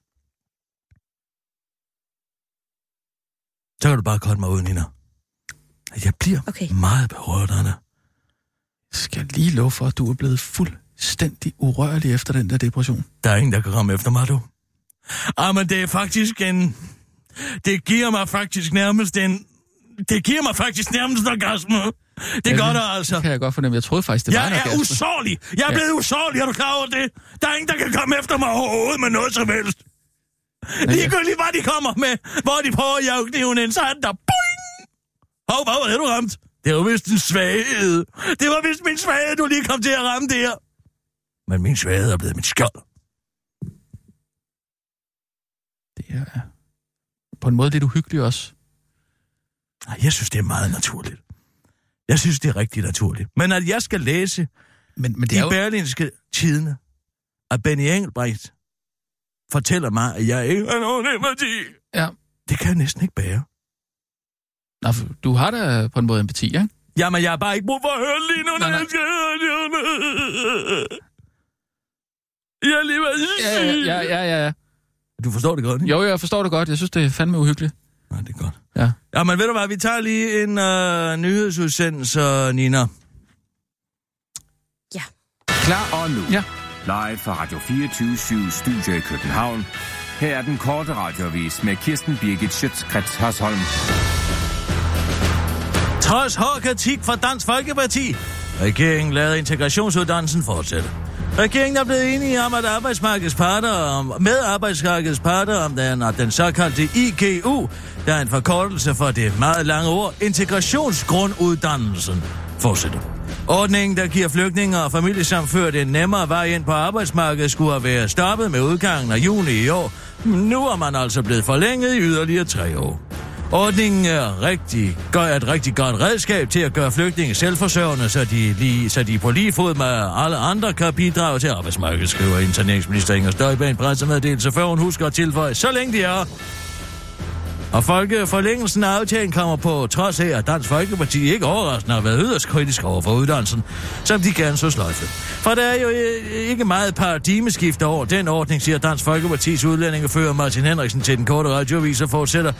C: Så kan du bare kolde mig ud, Nina. Jeg bliver
E: Okay.
C: meget berørt af det.
D: Skal lige love for, at du er blevet fuldstændig urørlig efter den der depression.
C: Der er ingen, der kan komme efter mig, du. Ah, men det er faktisk en... Det giver mig faktisk nærmest en... Det giver mig faktisk nærmest orgasme. Det gør det altså.
D: Det kan jeg godt fornemme. Jeg troede faktisk, det var en
C: Jeg er
D: orgasme.
C: usårlig. Jeg er
D: Ja.
C: blevet usårlig, er du klar over det? Der er ingen, der kan komme efter mig overhovedet med noget som helst. Ligegyldigt, hvad de kommer med, hvor de prøver at jage kniven ind, så er den der boing! Hov, hvad var det, du ramt? Det var vist en svaghed. Det var vist min svaghed, du lige kom til at ramme der. Men min svaghed er blevet mit skjold.
D: Det er øh, på en måde lidt uhyggeligt også.
C: Nej, jeg synes, det er meget naturligt. Jeg synes, det er rigtig naturligt. Men at jeg skal læse
D: Men, men
C: de jo... berlinske tidene, at Benny Engelbrecht fortæller mig, at jeg ikke har nogen empati,
D: Ja.
C: det kan jeg næsten ikke bære.
D: Nå, for du har da på en måde empati, ikke?
C: Jamen, jeg har bare ikke brug for at høre det lige nu, når
D: Nej, nej.
C: jeg skal høre det. Jeg er lige ved
D: Ja, ja, ja, ja, ja.
C: Du forstår det godt, ikke?
D: Jo, jeg forstår det godt. Jeg synes, det er fandme uhyggeligt.
C: Nej, det er godt.
D: Ja.
C: Jamen, ved du hvad, vi tager lige en øh, nyhedsudsendelse, Nina.
F: Klar og nu.
D: Ja.
F: Live fra Radio 24 Studio i København. Her er den korte radiovis med Kirsten Birgit Schøtzgrads Hasholm.
C: Trods hård kritik fra Dansk Folkeparti, regeringen lader integrationsuddannelsen fortsætte. Regeringen er blevet enige om, at arbejdsmarkedets parter om, med arbejdsmarkedets parter om den, at den såkaldte IGU, der er en forkortelse for det meget lange ord, integrationsgrunduddannelsen, fortsætter. Ordningen, der giver flygtninge og familiesamførte en nemmere vej ind på arbejdsmarkedet, skulle have været stoppet med udgangen af juni i år. Men Nu er man altså blevet forlænget i yderligere tre år. Ordningen er, rigtig, gør et rigtig godt redskab til at gøre flygtninge selvforsørgende, så de, lige, så de på lige fod med alle andre kan bidrage til arbejdsmarkedet, skriver interneringsminister Inger Støjberg i en pressemeddelelse, før hun husker at tilføje, så længe de er og folkeforlængelsen af aftalen kommer på trods af, at Dansk Folkeparti ikke overraskende har været yderst kritisk over for uddannelsen, som de gerne så sløjfe. For der er jo øh, ikke meget paradigmeskift over den ordning, siger Dansk Folkepartis udlændingefører Martin Henriksen til den korte radioavis og fortsætter.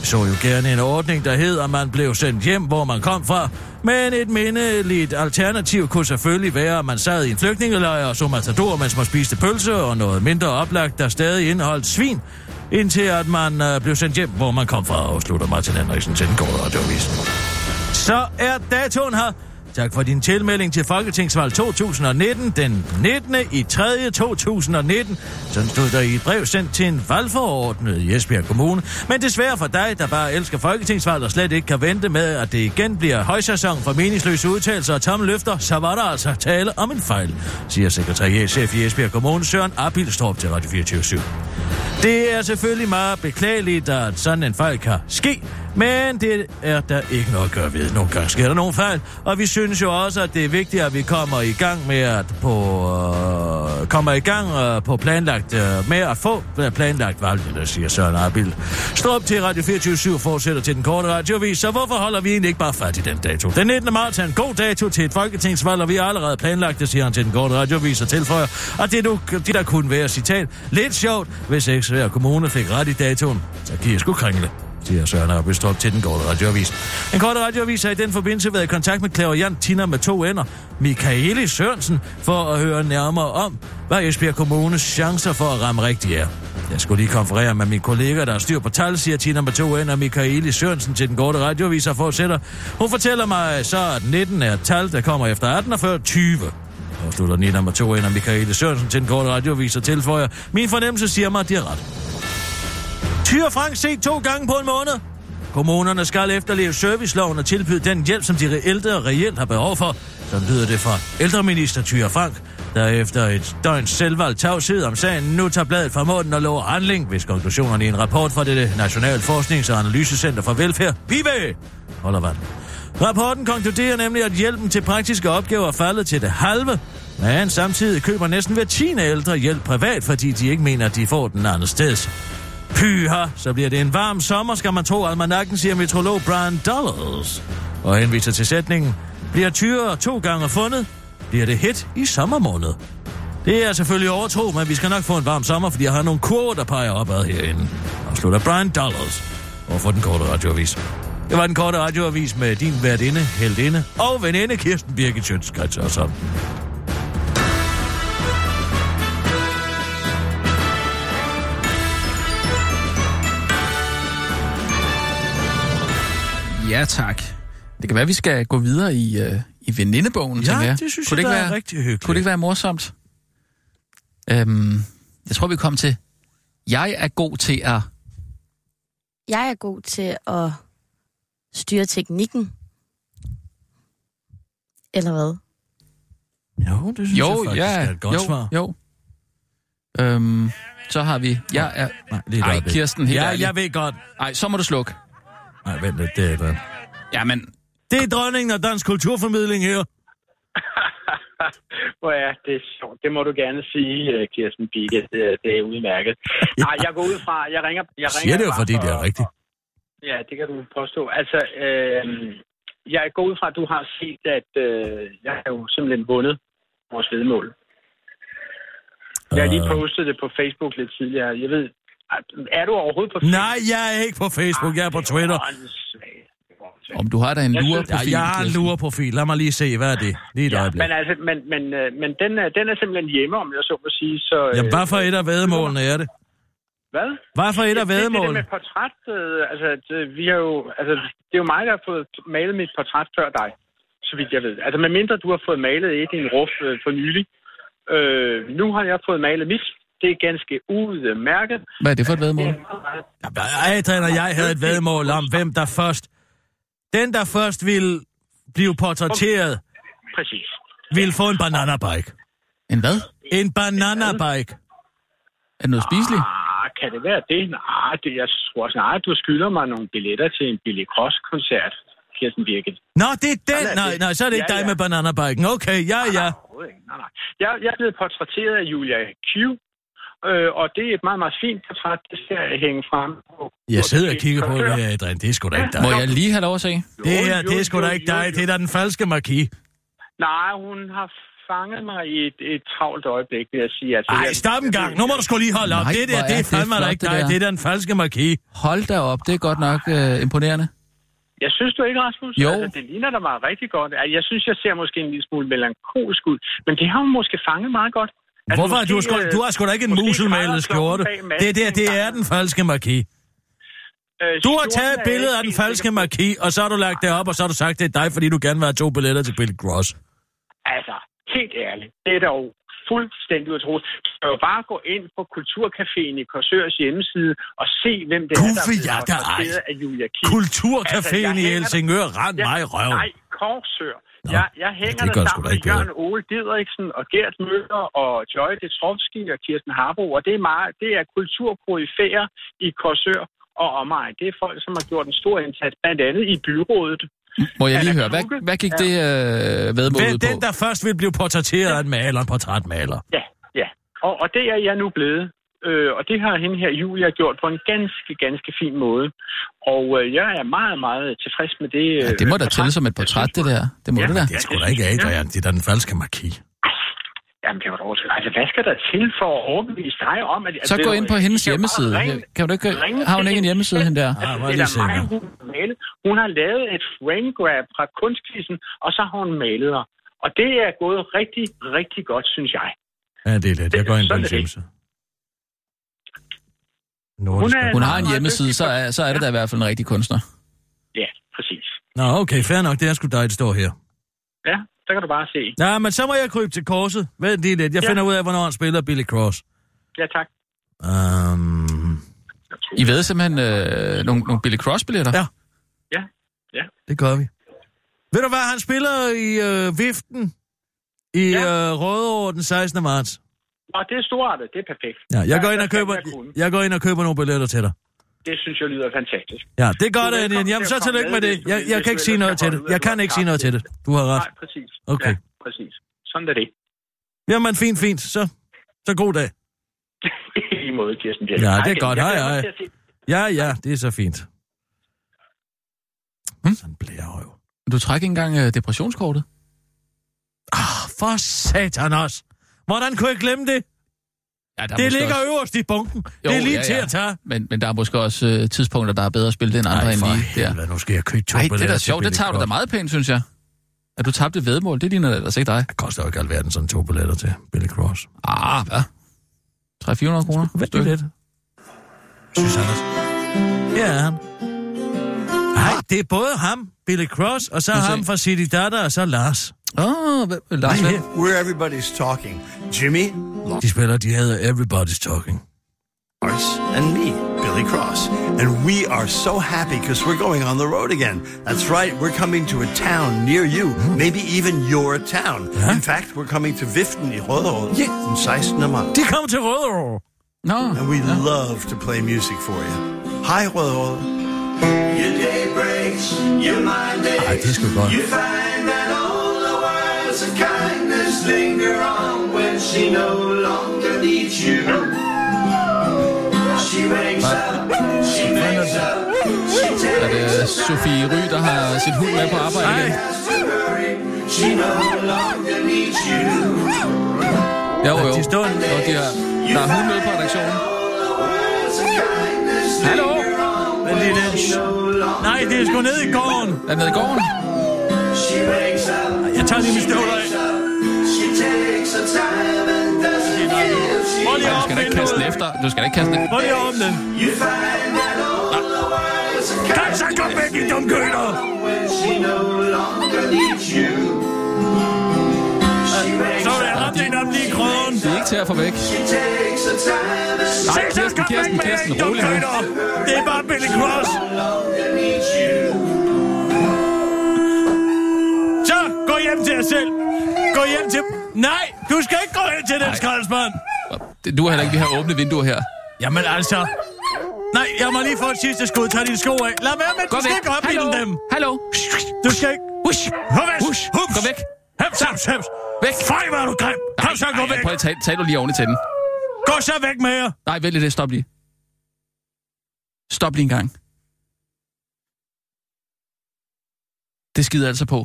C: "Vi Så jo gerne en ordning, der hedder, at man blev sendt hjem, hvor man kom fra. Men et mindeligt alternativ kunne selvfølgelig være, at man sad i en flygtningelejr og så matador, mens man spiste pølse og noget mindre oplagt, der stadig indeholdt svin indtil at man øh, blev sendt hjem, hvor man kom fra, afslutter Martin Henriksen til den korte radioavis. Så er datoen her. Tak for din tilmelding til Folketingsvalg 2019, den 19. i 3. 2019. Sådan stod der i et brev sendt til en valgforordnet i Esbjerg Kommune. Men desværre for dig, der bare elsker Folketingsvalg og slet ikke kan vente med, at det igen bliver højsæson for meningsløse udtalelser og tomme løfter, så var der altså tale om en fejl, siger sekretariatchef i Esbjerg Kommune Søren Abilstrup til Radio 24 det er selvfølgelig meget beklageligt, at sådan en fejl kan ske, men det er der ikke noget at gøre ved. Nogle gange sker der nogle fejl, og vi synes jo også, at det er vigtigt, at vi kommer i gang med at på, øh, kommer i gang øh, på planlagt, øh, med at få planlagt valget, der siger Søren Arbild. Strøm til Radio 24 fortsætter til den korte radiovis, så hvorfor holder vi egentlig ikke bare fat i den dato? Den 19. marts er en god dato til et folketingsvalg, og vi har allerede planlagt det, siger han til den korte radiovis og tilføjer, at det, nu, det der kunne være, citat, lidt sjovt, hvis ikke hver kommune fik ret i datoen, så giver jeg sgu kringle. siger Søren Abelstrup til den korte radioavis. Den korte radioavis har i den forbindelse været i kontakt med klaverjant Tina med to ender, Michaeli Sørensen, for at høre nærmere om, hvad Esbjerg Kommunes chancer for at ramme rigtigt er. Jeg skulle lige konferere med min kollega, der har styr på tal, siger Tina med to ender, Michaeli Sørensen til den korte radioavis og fortsætter. Hun fortæller mig så, at 19 er et tal, der kommer efter 18 og før 20. Og slutter Nina med to ender Michael Sørensen til en kort radioavis og tilføjer. Min fornemmelse siger mig, at de har ret. Tyre Frank set to gange på en måned. Kommunerne skal efterleve serviceloven og tilbyde den hjælp, som de ældre og reelt har behov for. Så lyder det fra ældreminister Tyre Frank, der efter et døgns selvvalgt tavshed om sagen nu tager bladet fra munden og lover handling, hvis konklusionerne i en rapport fra det Nationale Forsknings- og Analysecenter for Velfærd, PIVE, holder vand. Rapporten konkluderer nemlig, at hjælpen til praktiske opgaver er faldet til det halve, men samtidig køber næsten hver tiende ældre hjælp privat, fordi de ikke mener, at de får den andet sted. Pyha, så bliver det en varm sommer, skal man tro almanakken, siger meteorolog Brian Dollars. Og henviser til sætningen, bliver tyre to gange fundet, bliver det hit i sommermåned. Det er selvfølgelig overtro, men vi skal nok få en varm sommer, fordi jeg har nogle kurver, der peger opad herinde. Og slutter Brian Dollars og for den korte radioavis. Det var den korte radioavis med din værtinde, heldinde og veninde Kirsten Birgit Sjøtskrets og sådan.
D: Ja, tak. Det kan være, vi skal gå videre i, øh, i venindebogen,
C: Ja,
D: tænker jeg.
C: det synes
D: kunne
C: jeg,
D: det
C: der
D: ikke
C: er
D: være,
C: rigtig hyggeligt.
D: Kunne det ikke være morsomt? Øhm, jeg tror, vi kom til... Jeg er god til at...
E: Jeg er god til at styre teknikken. Eller hvad?
C: Jo, det synes jeg
D: Jo,
C: faktisk
D: ja,
C: er et godt
D: jo,
C: svar.
D: jo. Øhm, så har vi... Jeg er...
C: Nej, lige et
D: Ej,
C: øjeblik.
D: Kirsten, helt
C: ja,
D: ærligt.
C: jeg ved godt.
D: Nej, så må du slukke.
C: Nej, vent lidt, det er det.
D: Jamen,
C: Det er dronningen af dansk kulturformidling her.
I: Hvor er det sjovt. Det må du gerne sige, øh, Kirsten Bikke. Det, det er udmærket. Nej, jeg går ud fra, jeg ringer... Jeg ringer
C: Siger det jo,
I: bare
C: fordi
I: for-
C: det er rigtigt.
I: Ja, det kan du påstå. Altså, øh, jeg går ud fra, at du har set, at øh, jeg har jo simpelthen vundet vores vedmål. Jeg har lige
C: Øh.
I: postet det på Facebook lidt tidligere. Jeg ved... Er du overhovedet på Facebook?
C: Nej, jeg er ikke på Facebook, jeg er på Twitter.
I: Twitter.
D: om du har da en
I: Jeg
D: lure
I: synes-
D: på
C: Ja, jeg har en lureprofil. Lad mig lige se, hvad er det? Lige et
I: Ja,
C: øjeblik.
I: men altså, men, men, øh, men den, er, den er simpelthen hjemme, om jeg så må sige. Så, øh,
C: Jamen, hvad for et af vædemålene er det?
I: Hvad?
C: Hvad for et af
I: Det, det, det
C: vædemålene?
I: med portræt, øh, altså, det, vi har jo, altså, det er jo mig, der har fået malet mit portræt før dig, så vidt jeg ved. Altså, medmindre du har fået malet et i en ruf øh, for nylig. Øh, nu har jeg fået malet mit. Det er ganske udmærket.
D: Hvad er det for et vedmål?
C: Adrian og jeg havde et vedmål om, hvem der først... Den, der først ville blive portrætteret,
I: Præcis.
C: ville få en bananabike.
D: En hvad?
C: En bananabike.
D: Er det noget spiseligt?
I: Ah, kan det være det? Nej, det, jeg tror snart, du skylder mig nogle billetter til en Billy Cross-koncert, Kirsten Birgit.
C: Nå, det er
I: Sådan er
C: den. Nej,
I: det.
C: nej, så er det ikke
I: Ja,
C: dig
I: ja.
C: med bananabiken. Okay, ja, ja.
I: Overhovedet ikke. Nej, nej. Jeg, jeg er blevet portrætteret af Julia Q, øh, og det er et meget, meget fint portræt, det skal jeg hænge frem på.
C: Jeg sidder og kigger på det her, Adrian. Det er sgu da ikke
D: Må
C: dig.
D: jeg lige have lov at se?
C: Det her, det er sgu da ikke dig. Det er da den falske marki.
I: Nej, hun har fanget mig i et, et travlt øjeblik, vil jeg sige. Altså,
C: Ej,
I: jeg-
C: stop en gang. Nu må du sgu lige holde op.
D: Nej,
C: Det
D: hvor
C: der,
D: er
C: det er
D: det
C: fandme da
D: flot,
C: ikke
D: det
C: dig.
D: der.
C: Det er da den falske marki.
D: Hold da op, det er godt nok øh, imponerende.
I: Jeg synes du ikke, Rasmus?
D: Jo.
I: Altså, det ligner dig meget rigtig godt. Altså, Jeg synes, jeg ser måske en lille smule melankolsk ud, men det har hun måske fanget meget godt. Altså,
C: Hvorfor er du
I: måske,
C: sgu,
I: øh,
C: du har sgu da ikke en
I: måske
C: muselmalet
I: drejer
C: skjorte?
I: klokken bag masken
C: Det der, det er
I: engang.
C: den falske marki.
I: Øh,
C: Du har
I: skjorten
C: taget
I: er
C: et billede
I: ikke
C: af den
I: helt sikker
C: falske
I: på.
C: marki, og så har du lagt det op, og så har du sagt, det er dig, fordi du gerne vil have to billetter til Bill Gross.
I: Altså, helt ærligt, det er dog fuldstændig utroligt. Du skal jo bare gå ind på Kulturcaféen i Korsørs hjemmeside og se, hvem det
C: Gud,
I: er, der
C: vil
I: blevet
C: jeg da ej.
I: portrætteret af Julia Kim.
C: Kulturcaféen
I: Altså,
C: i
I: jeg hænger-
C: Helsingør, rend mig i røven.
I: Nej, Korsør. Jeg, jeg hænger
C: det gør
I: der
C: det sgu da
I: sammen med
C: ikke
I: Jørgen Ole Didriksen og Gert Møller og Joy Detrovski og Kirsten Harbo, og det er, meget, det er kulturkoryfæer i Korsør og omegn. Det er folk, som har gjort en stor indsats, blandt andet i byrådet.
D: Må jeg
I: Han
D: lige
I: er
D: høre, hvad,
I: klogest.
D: hvad gik det øh, vedmål
C: Hvem
D: ud
C: den,
D: på?
C: der først vil blive portrætteret af en maler, en portrætmaler?
I: Ja, ja. Og, og det er jeg nu blevet. Øh, og det har hende her Julia gjort på en ganske, ganske fin måde. Og øh, jeg er meget, meget tilfreds med det.
D: Ja,
I: øh,
D: det må da
I: portræt.
D: tælle som et portræt, det der. Det må
I: Ja.
D: det da.
C: Det er sgu da ikke Adrian, det er da den falske marki.
I: Jamen, det var dog... Altså, hvad skal der til for at overbevise dig om, at... at
D: Så
I: det
D: gå
I: er jo-
D: ind på hendes
I: det er jo bare
D: hjemmeside.
I: rent-
D: Kan du ikke,
I: ringe
D: har hun
I: til
D: ikke en
I: hende
D: hjemmeside, hende der?
C: Ah, hvor er
I: Det
C: det
I: er da mig,
C: sikkert.
I: hun har malet. Hun har lavet et frame grab fra kunstquizzen, og så har hun malet her. Og det er gået rigtig, rigtig godt, synes jeg.
C: Ja, det er det. Jeg går ind på
I: Sådan
C: en
I: er det.
C: hjemmeside. Nordisk.
I: er-
D: Hun har en
I: meget
D: hjemmeside, så er, så er det da i hvert fald en rigtig kunstner.
I: Ja, præcis.
C: Nå, okay, fair nok. Det er sgu dig, det står her.
I: Ja, så kan du bare se.
C: Nej, men så må jeg krybe til korset. Vent lige lidt. Jeg
I: Ja.
C: finder ud af, hvornår han spiller Billy Cross.
I: Ja, tak.
C: Um,
D: I ved simpelthen øh, nogle, nogle Billy Cross-billetter.
C: Ja.
I: Ja, ja.
C: det gør vi. Ved du hvad, han spiller i øh, Viften i ja.
I: Ja.
C: øh, Rødovre den 16. marts.
I: Og det er storartet. Det er perfekt.
C: Ja, jeg,
I: Ja,
C: går ind
I: der
C: og
I: skal
C: køber,
I: jeg kunne.
C: jeg går ind og køber nogle billetter til dig.
I: Det synes jeg lyder fantastisk.
C: Ja, det gør
I: Du er
C: det,
I: velkommen
C: Anien. Jamen,
I: til
C: så
I: at komme
C: tillykke med
I: med,
C: det.
I: hvis du
C: Jeg,
I: vil,
C: jeg
I: hvis
C: kan
I: du
C: ikke sige
I: ellers
C: noget
I: kan
C: til det.
I: holde ud af,
C: Jeg
I: at du
C: kan
I: har
C: ikke sige noget til det.
I: kaffe.
C: Du har ret.
I: Nej, præcis.
C: Okay.
I: Ja, præcis. Sådan er det.
C: Jamen, fint, fint. Så, så god dag.
I: I måde, Kirsten Bjerg.
C: Ja,
I: Hej
C: det er
I: igen.
C: godt.
I: Jeg
C: Hej,
I: glæder
C: hej.
I: mig til at se-
C: Ja, ja, det er så fint.
D: Hm?
C: Sådan bliver jo.
D: Du træk ikke engang øh, depressionskortet.
C: Ah, for satan også. Hvordan kunne jeg glemme det?
D: Ja, der
C: Det ligger øverst i bunken.
D: Jo,
C: det er lige
D: ja,
C: til
D: ja.
C: at tage.
D: Men, men der er måske også øh, tidspunkter, der er bedre at spille det end andre end lige der.
C: helvede, nu skal jeg købe to
D: Ej, det er
C: billetter
D: da
C: til
D: sjovt. Det
C: Billy
D: tager du da
C: Cross.
D: meget pænt, synes jeg. At du tabte vedmål, det ligner da ellers ikke dig.
C: Det koster jo ikke alverden sådan to billetter til Billy Cross.
D: Ah, hvad? 300-400 kroner?
C: Vent
D: stykket.
C: lidt. Synes han også. Ja, han. Nej, det er både ham, Billy Cross, og så
D: Nu se.
C: ham fra City Dada, og så Lars.
D: Åh, oh, Lars
C: Nej,
D: Vind.
J: Where everybody's talking. Jimmy,
C: De spiller, de hedder Everybody's Talking.
J: Lars, and me, Billy Cross. And we are so happy because we're going on the road again. That's right, we're coming to a town near you, maybe even your town. In fact, we're coming to Viften i Rødovre
C: Yeah.
J: in 16 a month.
C: De kom til Rødovre.
D: Nå,
J: And we love to play music for you. Hi, Rødovre. Your day breaks, your mind
C: Ej, det er sgu godt.
J: You find that all the words of kindness linger on when she no longer needs you. She wakes up, she makes up, she
D: er det
J: takes
D: Sofie Ry, der har sin hund med på arbejde
C: Ej,
D: igen?
J: to hurry, she no longer needs you.
D: Jo, jo.
C: de står...
D: Og de har, der er hund med på redaktionen.
J: Words of kindness
D: Hallo?
J: linger on
C: Men det er den-
J: when she no longer
C: Nej, det er sgu ned i gården.
D: Er den nede i gården?
J: She wakes up.
C: Jeg tager lige min
J: she
C: støvler af.
J: wakes up, She takes her time and doesn't feel she
C: Hold lige
D: Du
C: op,
D: skal da ikke kaste den efter. Du skal da ikke kaste den
C: Hold lige om den.
J: You find that all the words of
C: Kan så gå væk, I dumkøler!
J: when she no longer needs you. She wakes
C: Så vil jeg
J: up,
C: ramme den op lige i krogen.
D: Det er ikke til at få væk.
J: she takes her time and
C: Se,
J: doesn't
C: så
D: Kirsten,
C: kom væk med
D: Kirsten,
C: jer,
D: Kirsten,
C: I
D: rolig nu.
C: dumkøler! Det er bare Billy Cross.
J: need you.
C: Så gå hjem til jer selv. Gå hjem til... Nej, du skal ikke gå hen til den
D: Nej.
C: skraldespand.
D: Du har heller ikke, vi har åbne vinduer her.
C: Jamen altså... Nej, jeg må lige få et sidste skud. Tag dine sko af. Lad være med,
D: Gå
C: du skal
D: væk.
C: ikke
D: Hallo.
C: opbilde dem.
D: Hallo.
C: Du skal ikke...
D: Hush.
C: Gå væk.
D: Hush. Gå væk.
C: Hems, hems, hems.
D: Væk.
C: Fej, hvor er du grim. Kom så, gå
D: Ej,
C: væk.
D: Prøv at tale, tale du lige ordentligt til den.
C: Gå så væk med jer.
D: Nej, vent lidt. Stop lige. Stop lige en gang. Det skider altså på.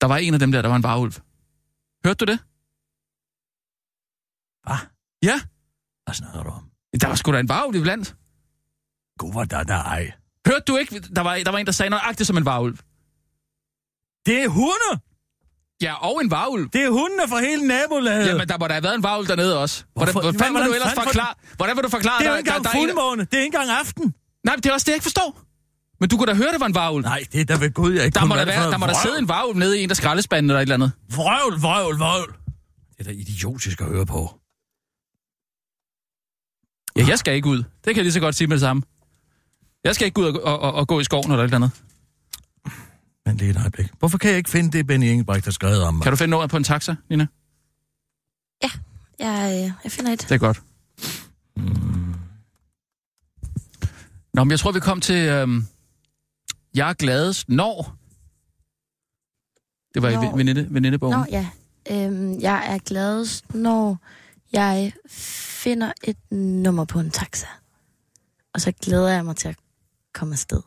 D: Der var en af dem der, der var en varulv. Hørte du det?
C: Hvad?
D: Ja,
C: Hvad snakker du om?
D: der var sgu da en varulv iblandt.
C: God, hvor der, der ej.
D: Hørte du ikke? Der var, der var en, der sagde nøjagtigt som en varulv.
C: Det er hunde.
D: Ja, og en varulv.
C: Det er hundene fra hele nabolaget.
D: Jamen, der må da have været en varulv dernede også. Hvordan,
C: Hvorfor-
D: hvordan, hvordan,
C: hvordan
D: hvordan, du ellers
C: fanden for-
D: forklare? Hvordan vil du forklare?
C: det er jo
D: der-
C: ikke engang
D: der- der er en-
C: fuldmåne. Det er ikke engang aften.
D: Nej, men det er også det, jeg ikke forstår. Men du kunne da høre, det var en varulv.
C: Nej, det er der ved Gud, jeg ikke
D: Der
C: kunne
D: må, der,
C: være
D: være,
C: for
D: der må der
C: vrøvl.
D: sidde en varulv nede i en, der skraldespanden eller et eller andet.
C: Vrøvl, vrøvl, vrøvl. Det er da idiotisk at høre på.
D: Ja, jeg skal ikke ud. Det kan jeg lige så godt sige med det samme. Jeg skal ikke ud og, og, og, og gå i skoven eller et eller andet.
C: Men lige et øjeblik. Hvorfor kan jeg ikke finde det, Benny Engelbrecht har skrevet om mig?
D: Kan du finde noget på en taxa, Nina?
E: Jeg, øh, jeg finder et.
D: Det er godt. Nå, men jeg tror, vi kom til... Øhm, jeg er gladest når... Det var
E: Når.
D: i veninde, venindebogen.
E: Nå, ja. Øhm, jeg er gladest, når jeg finder et nummer på en taxa. Og så glæder jeg mig til at komme afsted.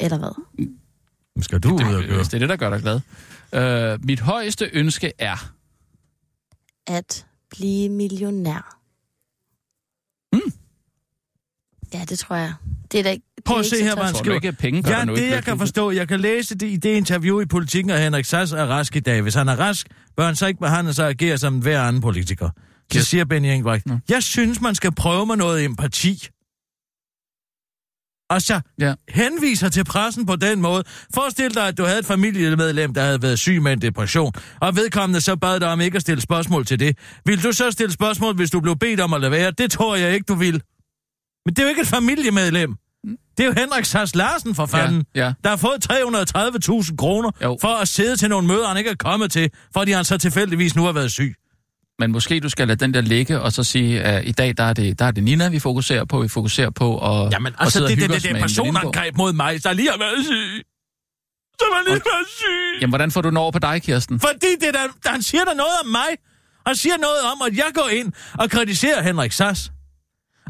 E: Eller hvad?
C: Skal du
D: det,
C: ud og
D: det,
C: køre?
D: Øh, Hvis det er det, der gør dig glad. Øh, mit højeste ønske er...
E: At blive millionær.
C: Hmm.
E: Mm. Ja, det tror jeg. Det er da ikke... det er
C: Prøv at
E: ikke
C: se
E: så
C: her, hvad han
E: tosset.
C: skriver.
D: gør
C: ja,
D: dig nu
C: det
D: ikke
C: jeg kan
D: lykkelig.
C: forstå. Jeg kan læse det i det interview i Politiken, at Henrik Sass er rask i dag. Hvis han er rask, bør han så ikke behandle sig og agere som hver anden politiker. Så siger Benny Engelbrecht,
D: Mm.
C: jeg synes, man skal prøve med noget empati. Og så
D: Ja.
C: henviser til pressen på den måde. Forestil dig, at du havde et familiemedlem, der havde været syg med en depression, og vedkommende så bad dig om ikke at stille spørgsmål til det. Vil du så stille spørgsmål, hvis du blev bedt om at lade være? Det tror jeg ikke, du vil. Men det er jo ikke et familiemedlem. Det er jo Henrik Sars Larsen for fanden,
D: Ja, ja.
C: der har fået 330.000 kroner
D: Jo.
C: for at sidde til nogle møder, han ikke er kommet til, fordi han så tilfældigvis nu har været syg.
D: Men måske du skal lade den der ligge, og så sige, at i dag der er, det, der er det Nina, vi fokuserer på. Vi fokuserer på at,
C: Jamen,
D: at
C: altså,
D: sidde og
C: det, det,
D: hygge
C: det,
D: os
C: det,
D: med
C: er
D: en veninde på.
C: personangreb mod mig, der lige har været syg. Så var lige været syg.
D: Jamen, hvordan får du den over på dig, Kirsten?
C: Fordi det der, han siger der noget om mig. Han siger noget om, at jeg går ind og kritiserer Henrik Sass.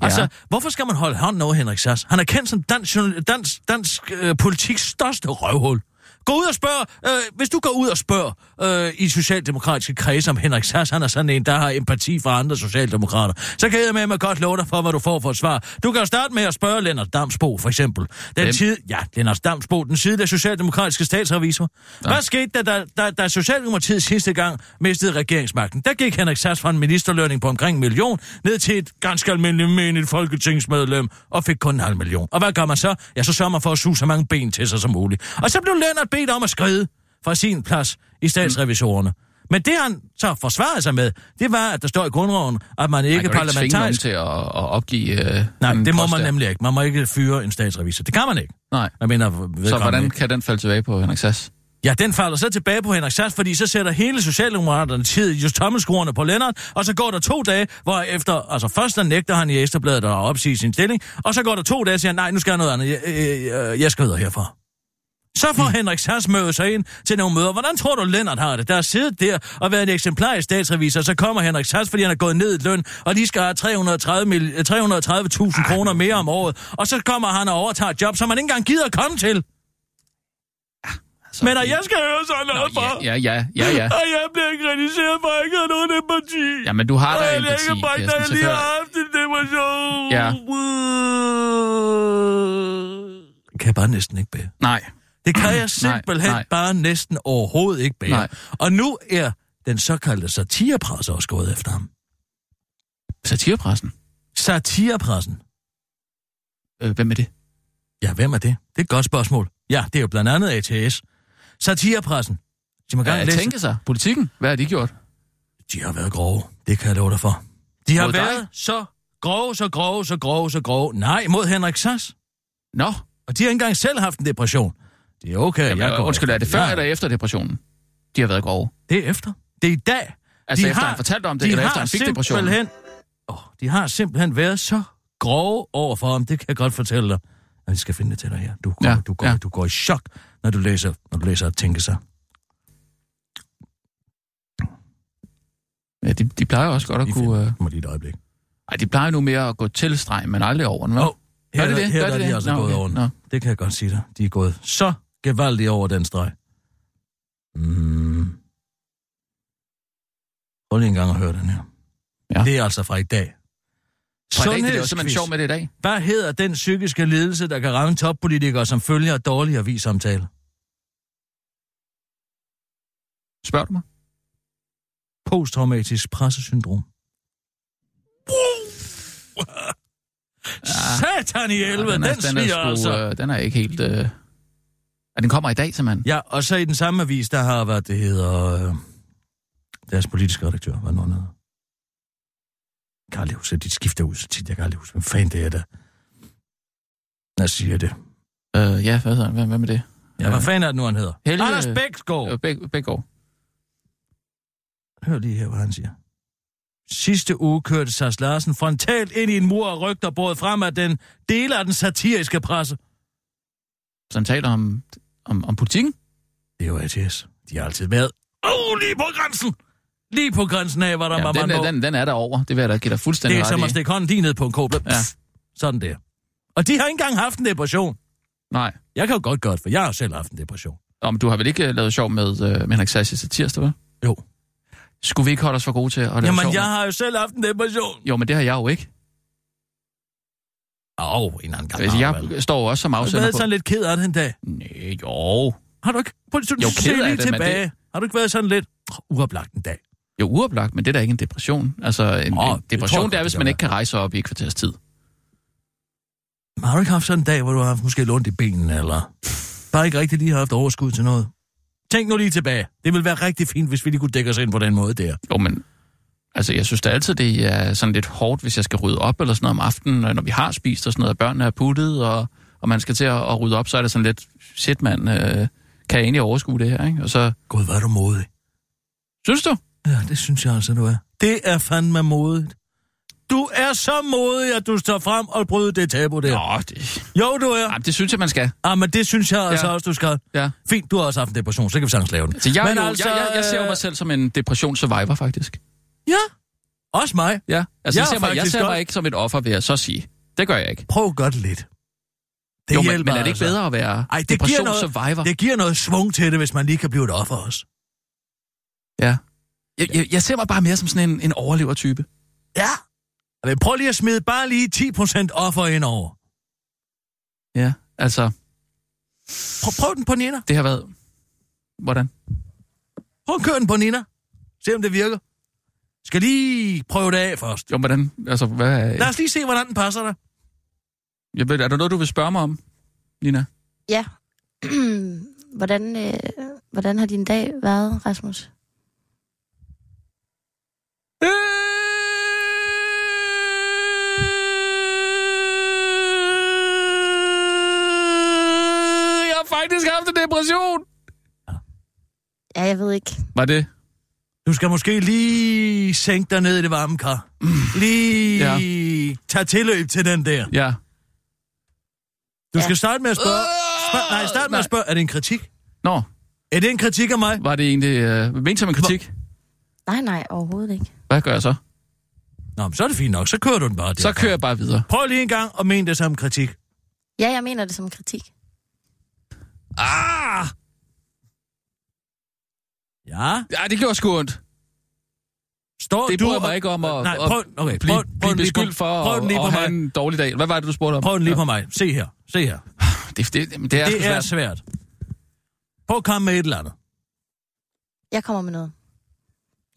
C: Ja. Altså, hvorfor skal man holde hånden over Henrik Sass? Han er kendt som dansk, journal- dansk, dansk øh, politiks største røvhul. Gå ud og spørg, øh, hvis du går ud og spørger øh, i socialdemokratiske kredse om Henrik Sass, han er sådan en, der har empati for andre socialdemokrater, så kan jeg med mig godt love dig for, hvad du får for et svar. Du kan jo starte med at spørge Lennart Damsbo, for eksempel. Den
D: Hvem?
C: tid, ja, Lennart Damsbo, den side af socialdemokratiske statsrevisor. Hvad skete der, da, da, da Socialdemokratiet sidste gang mistede regeringsmagten? Der gik Henrik Sass fra en ministerlønning på omkring en million ned til et ganske almindeligt menigt folketingsmedlem og fik kun en halv million. Og hvad gør man så? Ja, så sørger man for at suge så mange ben til sig som muligt. Og så blev Lennart bedt om at skride fra sin plads i statsrevisorerne. Men det, han så forsvarede sig med, det var, at der står i grundloven, at man ikke
D: Man kan jo ikke tvinge nogen
C: parlamentarisk...
D: til at, at opgive... Øh,
C: Nej,
D: en
C: det må
D: post
C: man
D: der.
C: nemlig ikke. Man må ikke fyre en statsrevisor. Det kan man ikke.
D: Nej.
C: Jeg mener,
D: Så
C: vedkommende
D: hvordan
C: ikke.
D: kan den falde tilbage på Henrik Sass?
C: Ja, den falder så tilbage på Henrik Sass, fordi så sætter hele Socialdemokraterne tid just tommelskruerne på Lennart, og så går der to dage, hvor efter, altså først der nægter han i Ekstrabladet at opsige sin stilling, og så går der to dage og siger, han, nej, nu skal jeg noget andet, jeg, øh, øh, jeg skal videre herfra. Så får mm. Henrik Sass møde sig ind til nogle møder. Hvordan tror du, Lennart har det? Der er siddet der og været en eksemplar i statsrevisor, så kommer Henrik Sass, fordi han er gået ned i løn, og lige skal have 330 mil- øh, 330.000 kroner mere om året. Og så kommer han og overtager et job, som han ikke engang gider at komme til.
D: Altså,
C: Men at jeg skal høre sådan noget fra.
D: Ja, ja, ja, ja.
C: Og jeg bliver kritiseret for, at jeg ikke har nogen empati.
D: Jamen, du har
C: og
D: da
C: jeg
D: empati,
C: lægger mig, da jeg
D: Kirsten,
C: lige har
D: selvfølgelig.
C: haft en depression.
D: Ja.
C: Kan jeg bare næsten ikke bære.
D: Nej.
C: Det kan jeg simpelthen
D: nej.
C: bare næsten overhovedet ikke bære.
D: Nej.
C: Og nu er den såkaldte satirepresse også gået efter ham.
D: Satirepressen.
C: Satirepressen.
D: Øh, hvem er det?
C: Ja, hvem er det? Det er et godt spørgsmål. Ja, det er jo blandt andet ATS. Satirepressen. De, må
D: Ja,
C: gerne
D: jeg
C: læse-
D: tænker sig. Politikken. Hvad har de gjort?
C: De har været grove. Det kan jeg love dig for. De har
D: Mod dig?
C: været så grove, så grove, så grove, så grove. Nej, mod Henrik Sass.
D: Nå.
C: Og de har ikke engang selv haft en depression. Det er okay,
D: Jamen,
C: jeg går...
D: undskyld, er det før
C: Ja,
D: eller efter depressionen? De har været grove.
C: Det er efter. Det er i dag.
D: Altså, efter han fortalte om det,
C: de
D: eller
C: har
D: efter han fik depressionen?
C: simpelthen- Åh, de har simpelthen været så grove over for ham. Det kan jeg godt fortælle dig. Og jeg skal finde det til dig her. Du går, ja,
D: Ja,
C: du går, ja.
D: ja.
C: du går i chok, når du læser, når du læser at tænke sig.
D: Ja, de, de plejer jo også godt at
C: Lige
D: kunne... Øh...
C: find- Må lige et øjeblik.
D: Ej, de plejer nu mere at gå til stregen, men aldrig over den, vel?
C: Åh, Her,
D: Gør de
C: er-
D: det?
C: her
D: Gør
C: der
D: de
C: er de
D: det?
C: altså
D: Nå,
C: gået
D: okay.
C: over den.
D: Nå.
C: Det kan jeg godt sige dig. De er gået så gevaldigt over den streg. Mm. Prøv lige en gang at høre den her. Ja.
D: Ja.
C: Det er altså fra i dag.
D: Fra i dag, det er jo simpelthen
C: Sundhedsquiz.
D: sjov med det i dag.
C: Hvad hedder den psykiske lidelse, der kan ramme toppolitikere, som følger af dårlige avisomtale?
D: Spørger du mig?
C: Posttraumatisk pressesyndrom. Ja. Satan i helvede, ja, den,
D: er,
C: den, den
D: er
C: siger
D: sgu,
C: altså.
D: øh, den er ikke helt... Øh... Ja, den kommer i dag, simpelthen.
C: Ja, og så i den samme avis, der har, hvad det hedder, øh, deres politiske redaktør, hvad nu han hedder. Jeg kan aldrig huske, de skifter ud så tit, jeg kan aldrig huske, hvem fanden det er, der, der siger det.
D: Øh, ja, hvad hedder han? Hvem, hvem er det?
C: Ja, hvad fanden er det nu, han hedder?
D: Helge-
C: Anders Bæksgaard!
D: Øh, Bæk, Bækgaard.
C: Hør lige her, hvad han siger. Sidste uge kørte Sars Larsen frontalt ind i en mur og rygter både frem af den dele af den satiriske presse.
D: Så han taler om, om, om politikken.
C: Det er jo ATS. De har altid været... Åh, oh, lige på grænsen! Lige på grænsen af, hvad der
D: Ja,
C: var
D: den,
C: man må.
D: er- den, den er der over. Det vil jeg da give dig fuldstændig
C: det er som at
D: ret i.
C: stikke hånden lige ned på en koble. Ja.
D: Ja.
C: Sådan der. Og de har ikke engang haft en depression.
D: Nej.
C: Jeg kan jo godt gøre det, for jeg har selv haft en depression.
D: Nå, men du har vel ikke øh, lavet sjov med, øh, med Henrik Sassis til tirsdag, vel?
C: Jo.
D: Skulle vi ikke holde os for gode til at lave sjov
C: Jamen,
D: med-
C: jeg har jo selv haft en depression.
D: Jo, men det har jeg jo ikke.
C: Åh, oh, en anden gang.
D: Altså,
C: har
D: jeg
C: vel.
D: står jo også som
C: Har du
D: afsender
C: været
D: på...
C: sådan lidt ked af det en dag?
D: Nej, jo.
C: Har du ikke... Prøv lige-
D: Jo,
C: se
D: ked af
C: lige
D: det, men
C: tilbage. Det... Har du ikke været sådan lidt uoplagt en dag?
D: Jo, uoplagt, men det er da ikke en depression. Altså, en,
C: Nå,
D: oh,
C: det
D: en
C: tror jeg
D: depression,
C: godt,
D: det er,
C: det
D: hvis
C: kan
D: man ikke kan rejse op i et kvarters tid.
C: Men Har du ikke haft sådan en dag, hvor du har haft måske lånt i benene, eller bare ikke rigtig lige har haft overskud til noget? Tænk nu lige tilbage. Det ville være rigtig fint, hvis vi lige kunne dække os ind på den måde der.
D: Jo, men altså, jeg synes da altid, det er sådan lidt hårdt, hvis jeg skal rydde op eller sådan noget om aftenen, og når vi har spist og sådan noget, og børnene er puttet, og, og man skal til at, at rydde op, så er det sådan lidt, shit mand, øh, kan jeg egentlig overskue det her, ikke? Og så,
C: Gud, hvor er du modig.
D: synes du?
C: Ja, det synes jeg altså, du er. Det er fandme modigt. Du er så modig, at du står frem og bryder det tabu der.
D: Nå, det,
C: Jo, du er.
D: nej, det synes jeg, man skal.
C: Ah, men det synes jeg altså
D: Ja.
C: også, du skal.
D: Ja.
C: Fint, du har også haft en depression, så kan vi sagtens lave den.
D: Så jeg,
C: Men
D: men jo,
C: altså,
D: altså, jeg, jeg, jeg ser jo mig selv som en depression-survivor, faktisk.
C: Ja, også mig.
D: Ja, altså,
C: Jeg
D: jeg,
C: er
D: ser mig, jeg
C: faktisk
D: ser
C: godt-
D: mig ikke som et offer, vil jeg så sige. Det gør jeg ikke.
C: Prøv godt lidt. Det
D: jo, men,
C: hjælper
D: men er det ikke
C: altså.
D: bedre at være
C: Ej, det giver, noget,
D: depression-survivor?
C: det giver noget svung til det, hvis man lige kan blive et offer også.
D: Ja. Jeg, jeg, jeg ser mig bare mere som sådan en, en overlever-type.
C: Ja. Men prøv lige at smide bare lige 10% offer ind over.
D: Ja, altså,
C: Prøv, prøv den på Nina.
D: det har været... Hvordan?
C: Prøv at køre den på Nina. Se om det virker. Skal lige prøve det af først.
D: Jo, hvordan? Altså, hvad er...
C: Lad os lige se, hvordan den passer dig.
D: Jeg ved, er der noget, du vil spørge mig om, Nina?
E: Ja. hvordan, øh, hvordan har din dag været, Rasmus?
D: Jeg har faktisk haft en depression!
E: Ja, jeg ved ikke.
D: Var det?
C: Du skal måske lige sænke dig ned i det varme kar. Lige ja.
D: Ja.
C: tage tilløb til den der.
D: Ja.
C: Du
E: Ja.
C: skal starte med at spørge...
D: Øh!
C: Spørg, nej, start med at spørge, er det en kritik?
D: Nå,
C: Er det en kritik af mig?
D: var det egentlig... Øh, ment som en kritik?
E: Nej, nej, overhovedet ikke.
D: Hvad gør jeg så?
C: Nå, men så er det fint nok. Så kører du den bare.
D: Så
C: derfra.
D: kører jeg bare videre.
C: Prøv lige en gang at mene det som kritik.
E: Ja, jeg mener det som kritik.
D: Ah!
C: Ja.
D: Ja, det gjorde sgu ondt.
C: Står
D: Det
C: du
D: bryder
C: og-
D: mig ikke om at,
C: Nej,
D: at
C: prøv, okay,
D: blive,
C: prøv, prøv
D: blive
C: den lige
D: beskyldt
C: på,
D: for
C: prøv
D: at,
C: den lige på
D: at have
C: mig.
D: en dårlig dag. Hvad var det, du spurgte om?
C: Prøv den lige
D: Ja.
C: på mig. Se her. Se her.
D: Det, det, det, det er,
C: Det er
D: svært.
C: svært. Prøv at komme med et eller andet.
E: Jeg kommer med noget.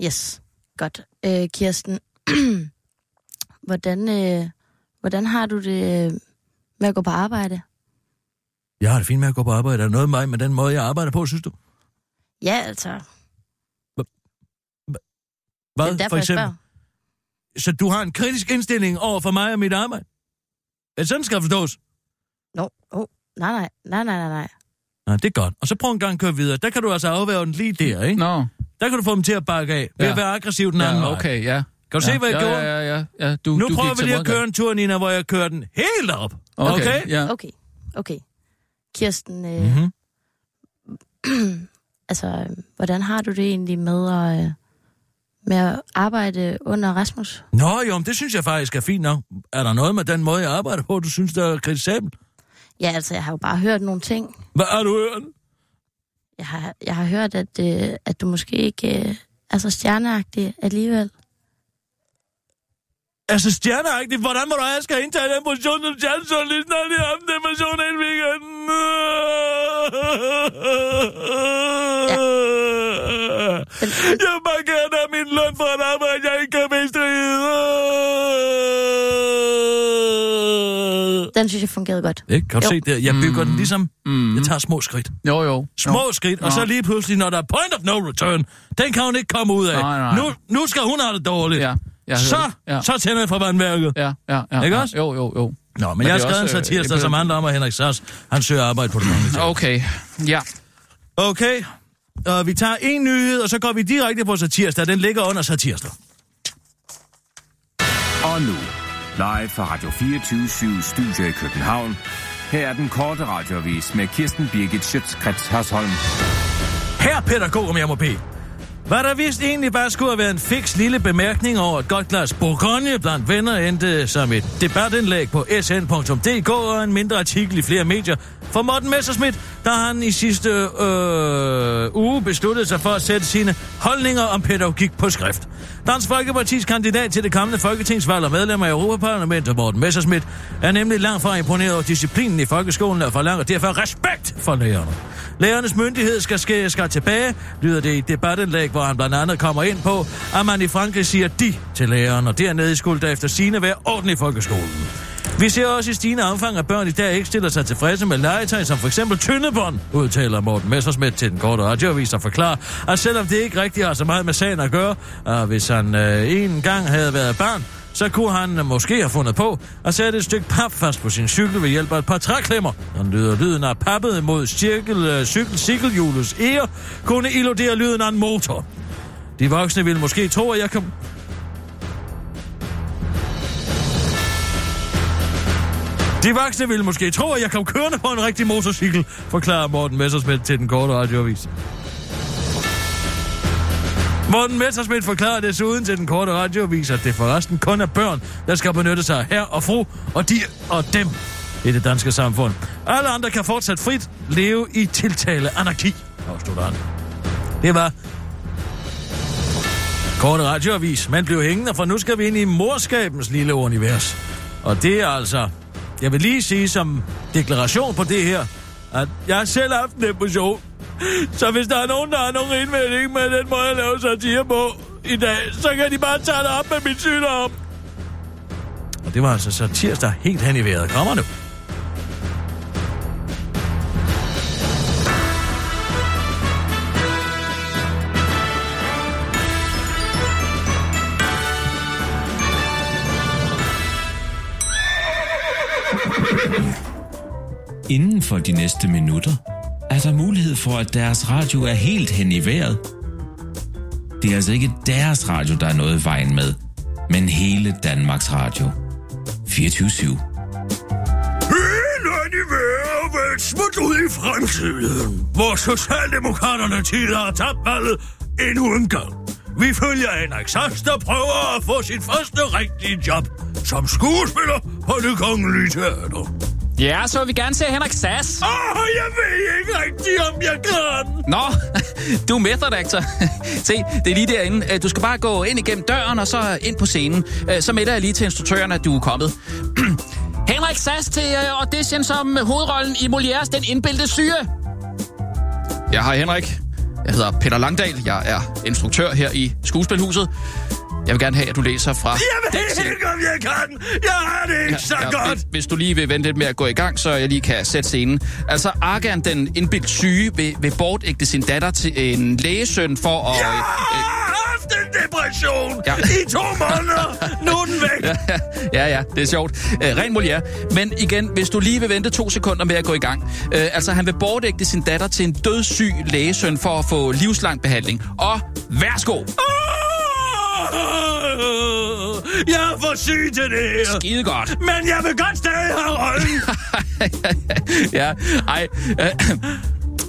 E: Yes, godt. Øh, Kirsten, hvordan, øh, hvordan har du det øh, med at gå på arbejde?
C: Jeg har det fint med at gå på arbejde. Er der noget med mig med den måde, jeg arbejder på, synes du?
E: Ja, altså. Det
C: Hvad,
E: er derfor,
C: for eksempel?
E: jeg spørger.
C: Så du har en kritisk indstilling over for mig og mit arbejde? Er det sådan det skal forstås?
E: Nå, oh, nej, nej, nej, nej, nej, nej.
C: Nej, det er godt. Og så prøv en gang at køre videre. Der kan du altså afværge den lige der, ikke?
D: Nå,
C: Der kan du få dem til at bakke af. Ved
D: Ja.
C: at være aggressiv den anden
D: ja,
C: vej.
D: okay, ja.
C: Kan du se,
D: ja.
C: hvad jeg
D: ja,
C: gjorde?
D: Ja, ja, ja. ja. Du,
C: Nu
D: du
C: prøver vi
D: gik til
C: lige at
D: modgang.
C: køre en tur, Nina, hvor jeg kører den helt op.
D: Okay,
C: Okay?
D: ja.
E: Okay, okay. Kirsten, øh,
C: Mm-hmm.
E: altså, øh, hvordan har du det egentlig med at, øh, med at arbejde under Rasmus?
C: Nå jo, men det synes jeg faktisk er fint nok. Er der noget med den måde, jeg arbejder på, du synes, der er kritisabelt?
E: Ja, altså, jeg har jo bare hørt nogle ting.
C: Hvad har du hørt?
E: Jeg har, jeg har hørt, at, øh, at du måske ikke øh, er så stjerneagtig alligevel.
C: Altså stjerneagtigt, hvordan må du have, jeg skal indtage den position som stjernejournalist, når jeg har den position hele weekenden? Jeg vil bare gerne have min løn for et arbejde, jeg ikke kan bestride.
E: Den synes jeg fungerede godt.
C: Ikke? Kan du
E: Jo.
C: se det? Jeg bygger den ligesom.
D: Mm.
C: Jeg tager små skridt.
D: Jo, jo.
C: Små skridt, og
D: Nå.
C: så lige pludselig, når der er point of no return, den kan hun ikke komme ud af.
D: Nej, nej.
C: Nu, nu skal hun have det dårligt.
D: Ja, jeg hører
C: så,
D: det. Ja.
C: så tænder jeg for vandværket.
D: Ja, ja, ja.
C: Ikke
D: ja.
C: også?
D: Jo, jo, jo.
C: Nå, men, men
D: Men
C: jeg har
D: det er
C: skrevet en
D: også, øh,
C: satirster,
D: et
C: som
D: billede-
C: handler om, at Henrik Sass, han søger arbejde på det mange
D: Okay, ja.
C: Okay, og vi tager en nyhed, og så går vi direkte på satirster. Den ligger under satirster.
F: Og nu, live fra Radio 24 Studio i København. Her er den korte radiovis med Kirsten Birgit Schøtzgrads Hasholm.
C: Her Peter K. om jeg må bede. Hvad der vist egentlig bare skulle have været en fix lille bemærkning over et godt glas Bourgogne blandt venner endte som et debatindlæg på sn.dk og en mindre artikel i flere medier for Morten Messerschmidt, da han i sidste øh, uge besluttede sig for at sætte sine holdninger om pædagogik på skrift. Dansk Folkepartis kandidat til det kommende folketingsvalg og medlemmer af Europaparlamentet, Morten Messerschmidt, er nemlig langt fra imponeret over disciplinen i folkeskolen og forlanger derfor respekt for lærerne. Lærernes myndighed skal, skal, skal tilbage, lyder det i et debatindlæg, hvor han blandt andet kommer ind på, at man i Frankrig siger de til læreren, og dernede skulle der efter sine være orden i folkeskolen. Vi ser også i stigende omfang, at børn i dag ikke stiller sig tilfredse med legetøj, som for eksempel tyndebånd, udtaler Morten Messersmith til den korte radioavis og forklarer, at selvom det ikke rigtig har så meget med sagen at gøre, og hvis han øh, en gang havde været barn, så kunne han øh, måske have fundet på at sætte et stykke pap fast på sin cykel ved hjælp af et par træklemmer. Den lyder lyden af pappet mod cirkel, øh, cykel, cykelhjulets ære, kunne illudere lyden af en motor. De voksne ville måske tro, at jeg kom De voksne ville måske tro, at jeg kom kørende på en rigtig motorcykel, forklarer Morten Messerschmidt til den korte radioavis. Morten Messerschmidt forklarer desuden til den korte radioavis, at det forresten kun er børn, der skal benytte sig af her og fru, og de og dem i det danske samfund. Alle andre kan fortsat frit leve i tiltale anarki, afslutter han. Det var korte radioavis. Man blev hængende, for nu skal vi ind i morskabens lille univers. Og det er altså jeg vil lige sige som deklaration på det her, at jeg selv har haft en depression. Så hvis der er nogen, der har nogen indvending med den måde, jeg laver satire på i dag, så kan de bare tage det op med min sygdom. Og det var altså satirs, der helt hen i vejret. Kommer nu.
K: Inden for de næste minutter er der mulighed for, at deres radio er helt hen i vejret. Det er altså ikke deres radio, der er noget i vejen med, men hele Danmarks Radio. 24-7.
L: Hele i vejret vil smut ud i fremtiden, hvor Socialdemokraterne tidligere har tabt valget endnu en gang. Vi følger Henrik Sachs, der prøver at få sit første rigtige job som skuespiller på det kongelige teater.
M: Ja, så vil vi gerne se Henrik Sass.
L: Åh, oh, jeg ved ikke rigtigt, om jeg kan.
M: Nå, du er method actor. Se, det er lige derinde. Øh, Du skal bare gå ind igennem døren og så ind på scenen. Øh, Så melder jeg lige til instruktøren, at du er kommet. Henrik Sass til øh, audition som hovedrollen i Molières Den indbildte syge.
D: Jeg har Henrik. Jeg hedder Peter Langdal. Jeg er instruktør her i Skuespilhuset. Jeg vil gerne have, at du læser fra...
L: Jeg ved ikke, om jeg kan. Jeg har det ikke ja, så ja, godt.
D: Hvis, hvis du lige vil vente lidt med at gå i gang, så jeg lige kan sætte scenen. Altså, Argan, den indbildt syge, vil, vil bortægte sin datter til en lægesøn for at...
L: Ah, Jeg
D: øh,
L: har haft en depression ja. i to måneder. Nu er den væk.
D: Ja, ja, ja, det er sjovt. Øh, ren Molière. Men igen, hvis du lige vil vente to sekunder med at gå i gang. Øh, altså, han vil bortægte sin datter til en dødssyg lægesøn for at få livslang behandling. Og værsgo! Oh!
L: Ah! Jeg er for syg til det her.
D: Skide godt.
L: Men jeg vil godt stadig have rollen.
D: ja, ej. Øh,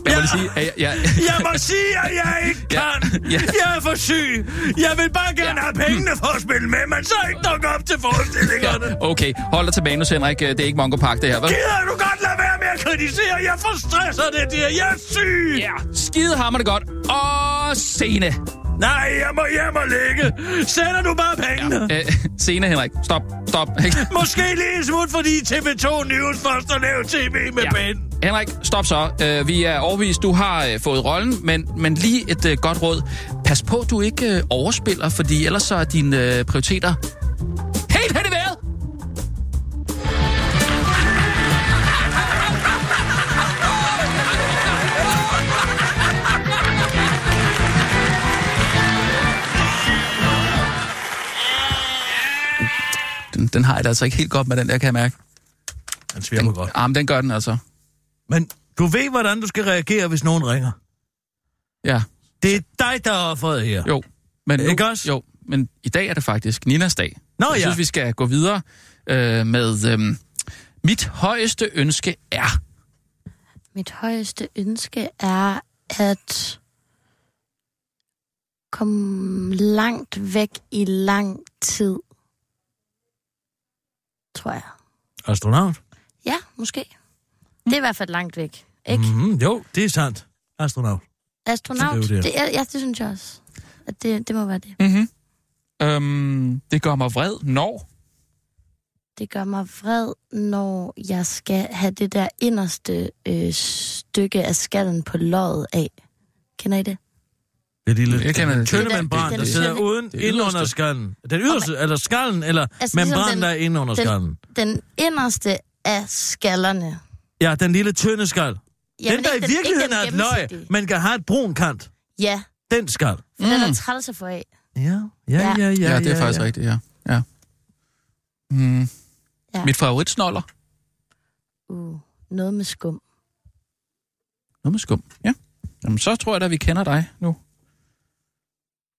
D: jeg må lige sige, at jeg, jeg...
L: jeg må sige, at jeg ikke kan. Ja, ja. Jeg er for syg. Jeg vil bare gerne ja. have pengene for at spille med, men så ikke nok op til forestillingerne.
D: Ja. Okay, hold dig til manus, Henrik. Det er ikke Mongo Park, det her, vel?
L: Gider du godt lade være med at kritisere? Jeg forstresser det der. Jeg er syg.
D: Ja, skide hammer det godt. Og scene.
L: Nej, jeg må hjem og ligge. Sætter du bare pengene?
D: Ja, øh, senere, Henrik. Stop, stop.
L: Måske lige en smut, fordi TV2 News først har lavet tv med ja. Ben.
D: Henrik, stop så. Øh, vi er overvist. Du har øh, fået rollen, men, men lige et øh, godt råd. Pas på, du ikke øh, overspiller, fordi ellers så er dine øh, prioriteter helt hen i vejret. den, den har jeg det altså ikke helt godt med, den der, kan jeg mærke.
C: Den svirper godt.
D: Ah, men den gør den altså.
C: Men du ved, hvordan du skal reagere, hvis nogen ringer.
D: Ja.
C: Det er dig, der er offeret her.
D: Jo. Men
C: ikke
D: nu,
C: også?
D: Jo, men i dag er det faktisk Ninas dag.
C: Nå
D: jeg
C: ja.
D: synes, vi skal gå videre øh, med... Øh, mit højeste ønske er...
E: Mit højeste ønske er, at komme langt væk i lang tid. Tror jeg.
C: Astronaut?
E: Ja, måske. Det er i hvert fald langt væk. Ikke?
C: Mm-hmm. Jo, det er sandt. Astronaut.
E: Astronaut?
C: Så det er jo det.
E: Det, ja, ja, det synes jeg også. At det, det må være det.
D: Mm-hmm. Øhm, det gør mig vred, når...
E: Det gør mig vred, når jeg skal have det der inderste øh, stykke af skallen på låget af. Kender I det?
C: Det lille
D: Jeg kender det.
C: tynde
D: Det er-
C: membran,
D: det er
C: der
D: den
C: sidder
D: tynde-
C: uden
D: det
C: inde under
D: yderste.
C: skallen. Den yderste, eller skallen, eller altså, membran,
E: ligesom
C: der er inde under
E: den,
C: skallen.
E: Den inderste af skallerne.
C: Ja, den lille tynde skal.
E: Jamen,
C: den, der i
E: ikke den- ikke
C: virkeligheden
E: den
C: er et løg,
E: gennemsigtige.
C: men kan have et brun kant.
E: Ja,
C: Den skal.
E: for mm. den er træls at få af.
C: Ja, ja, ja, ja.
D: Ja, det er faktisk
C: ja.
D: rigtigt, ja. ja. Mm.
E: Ja.
D: Mit favoritsnoller.
E: Uh, noget med skum.
D: Noget med skum. Ja. Jamen, så tror jeg da, vi kender dig nu.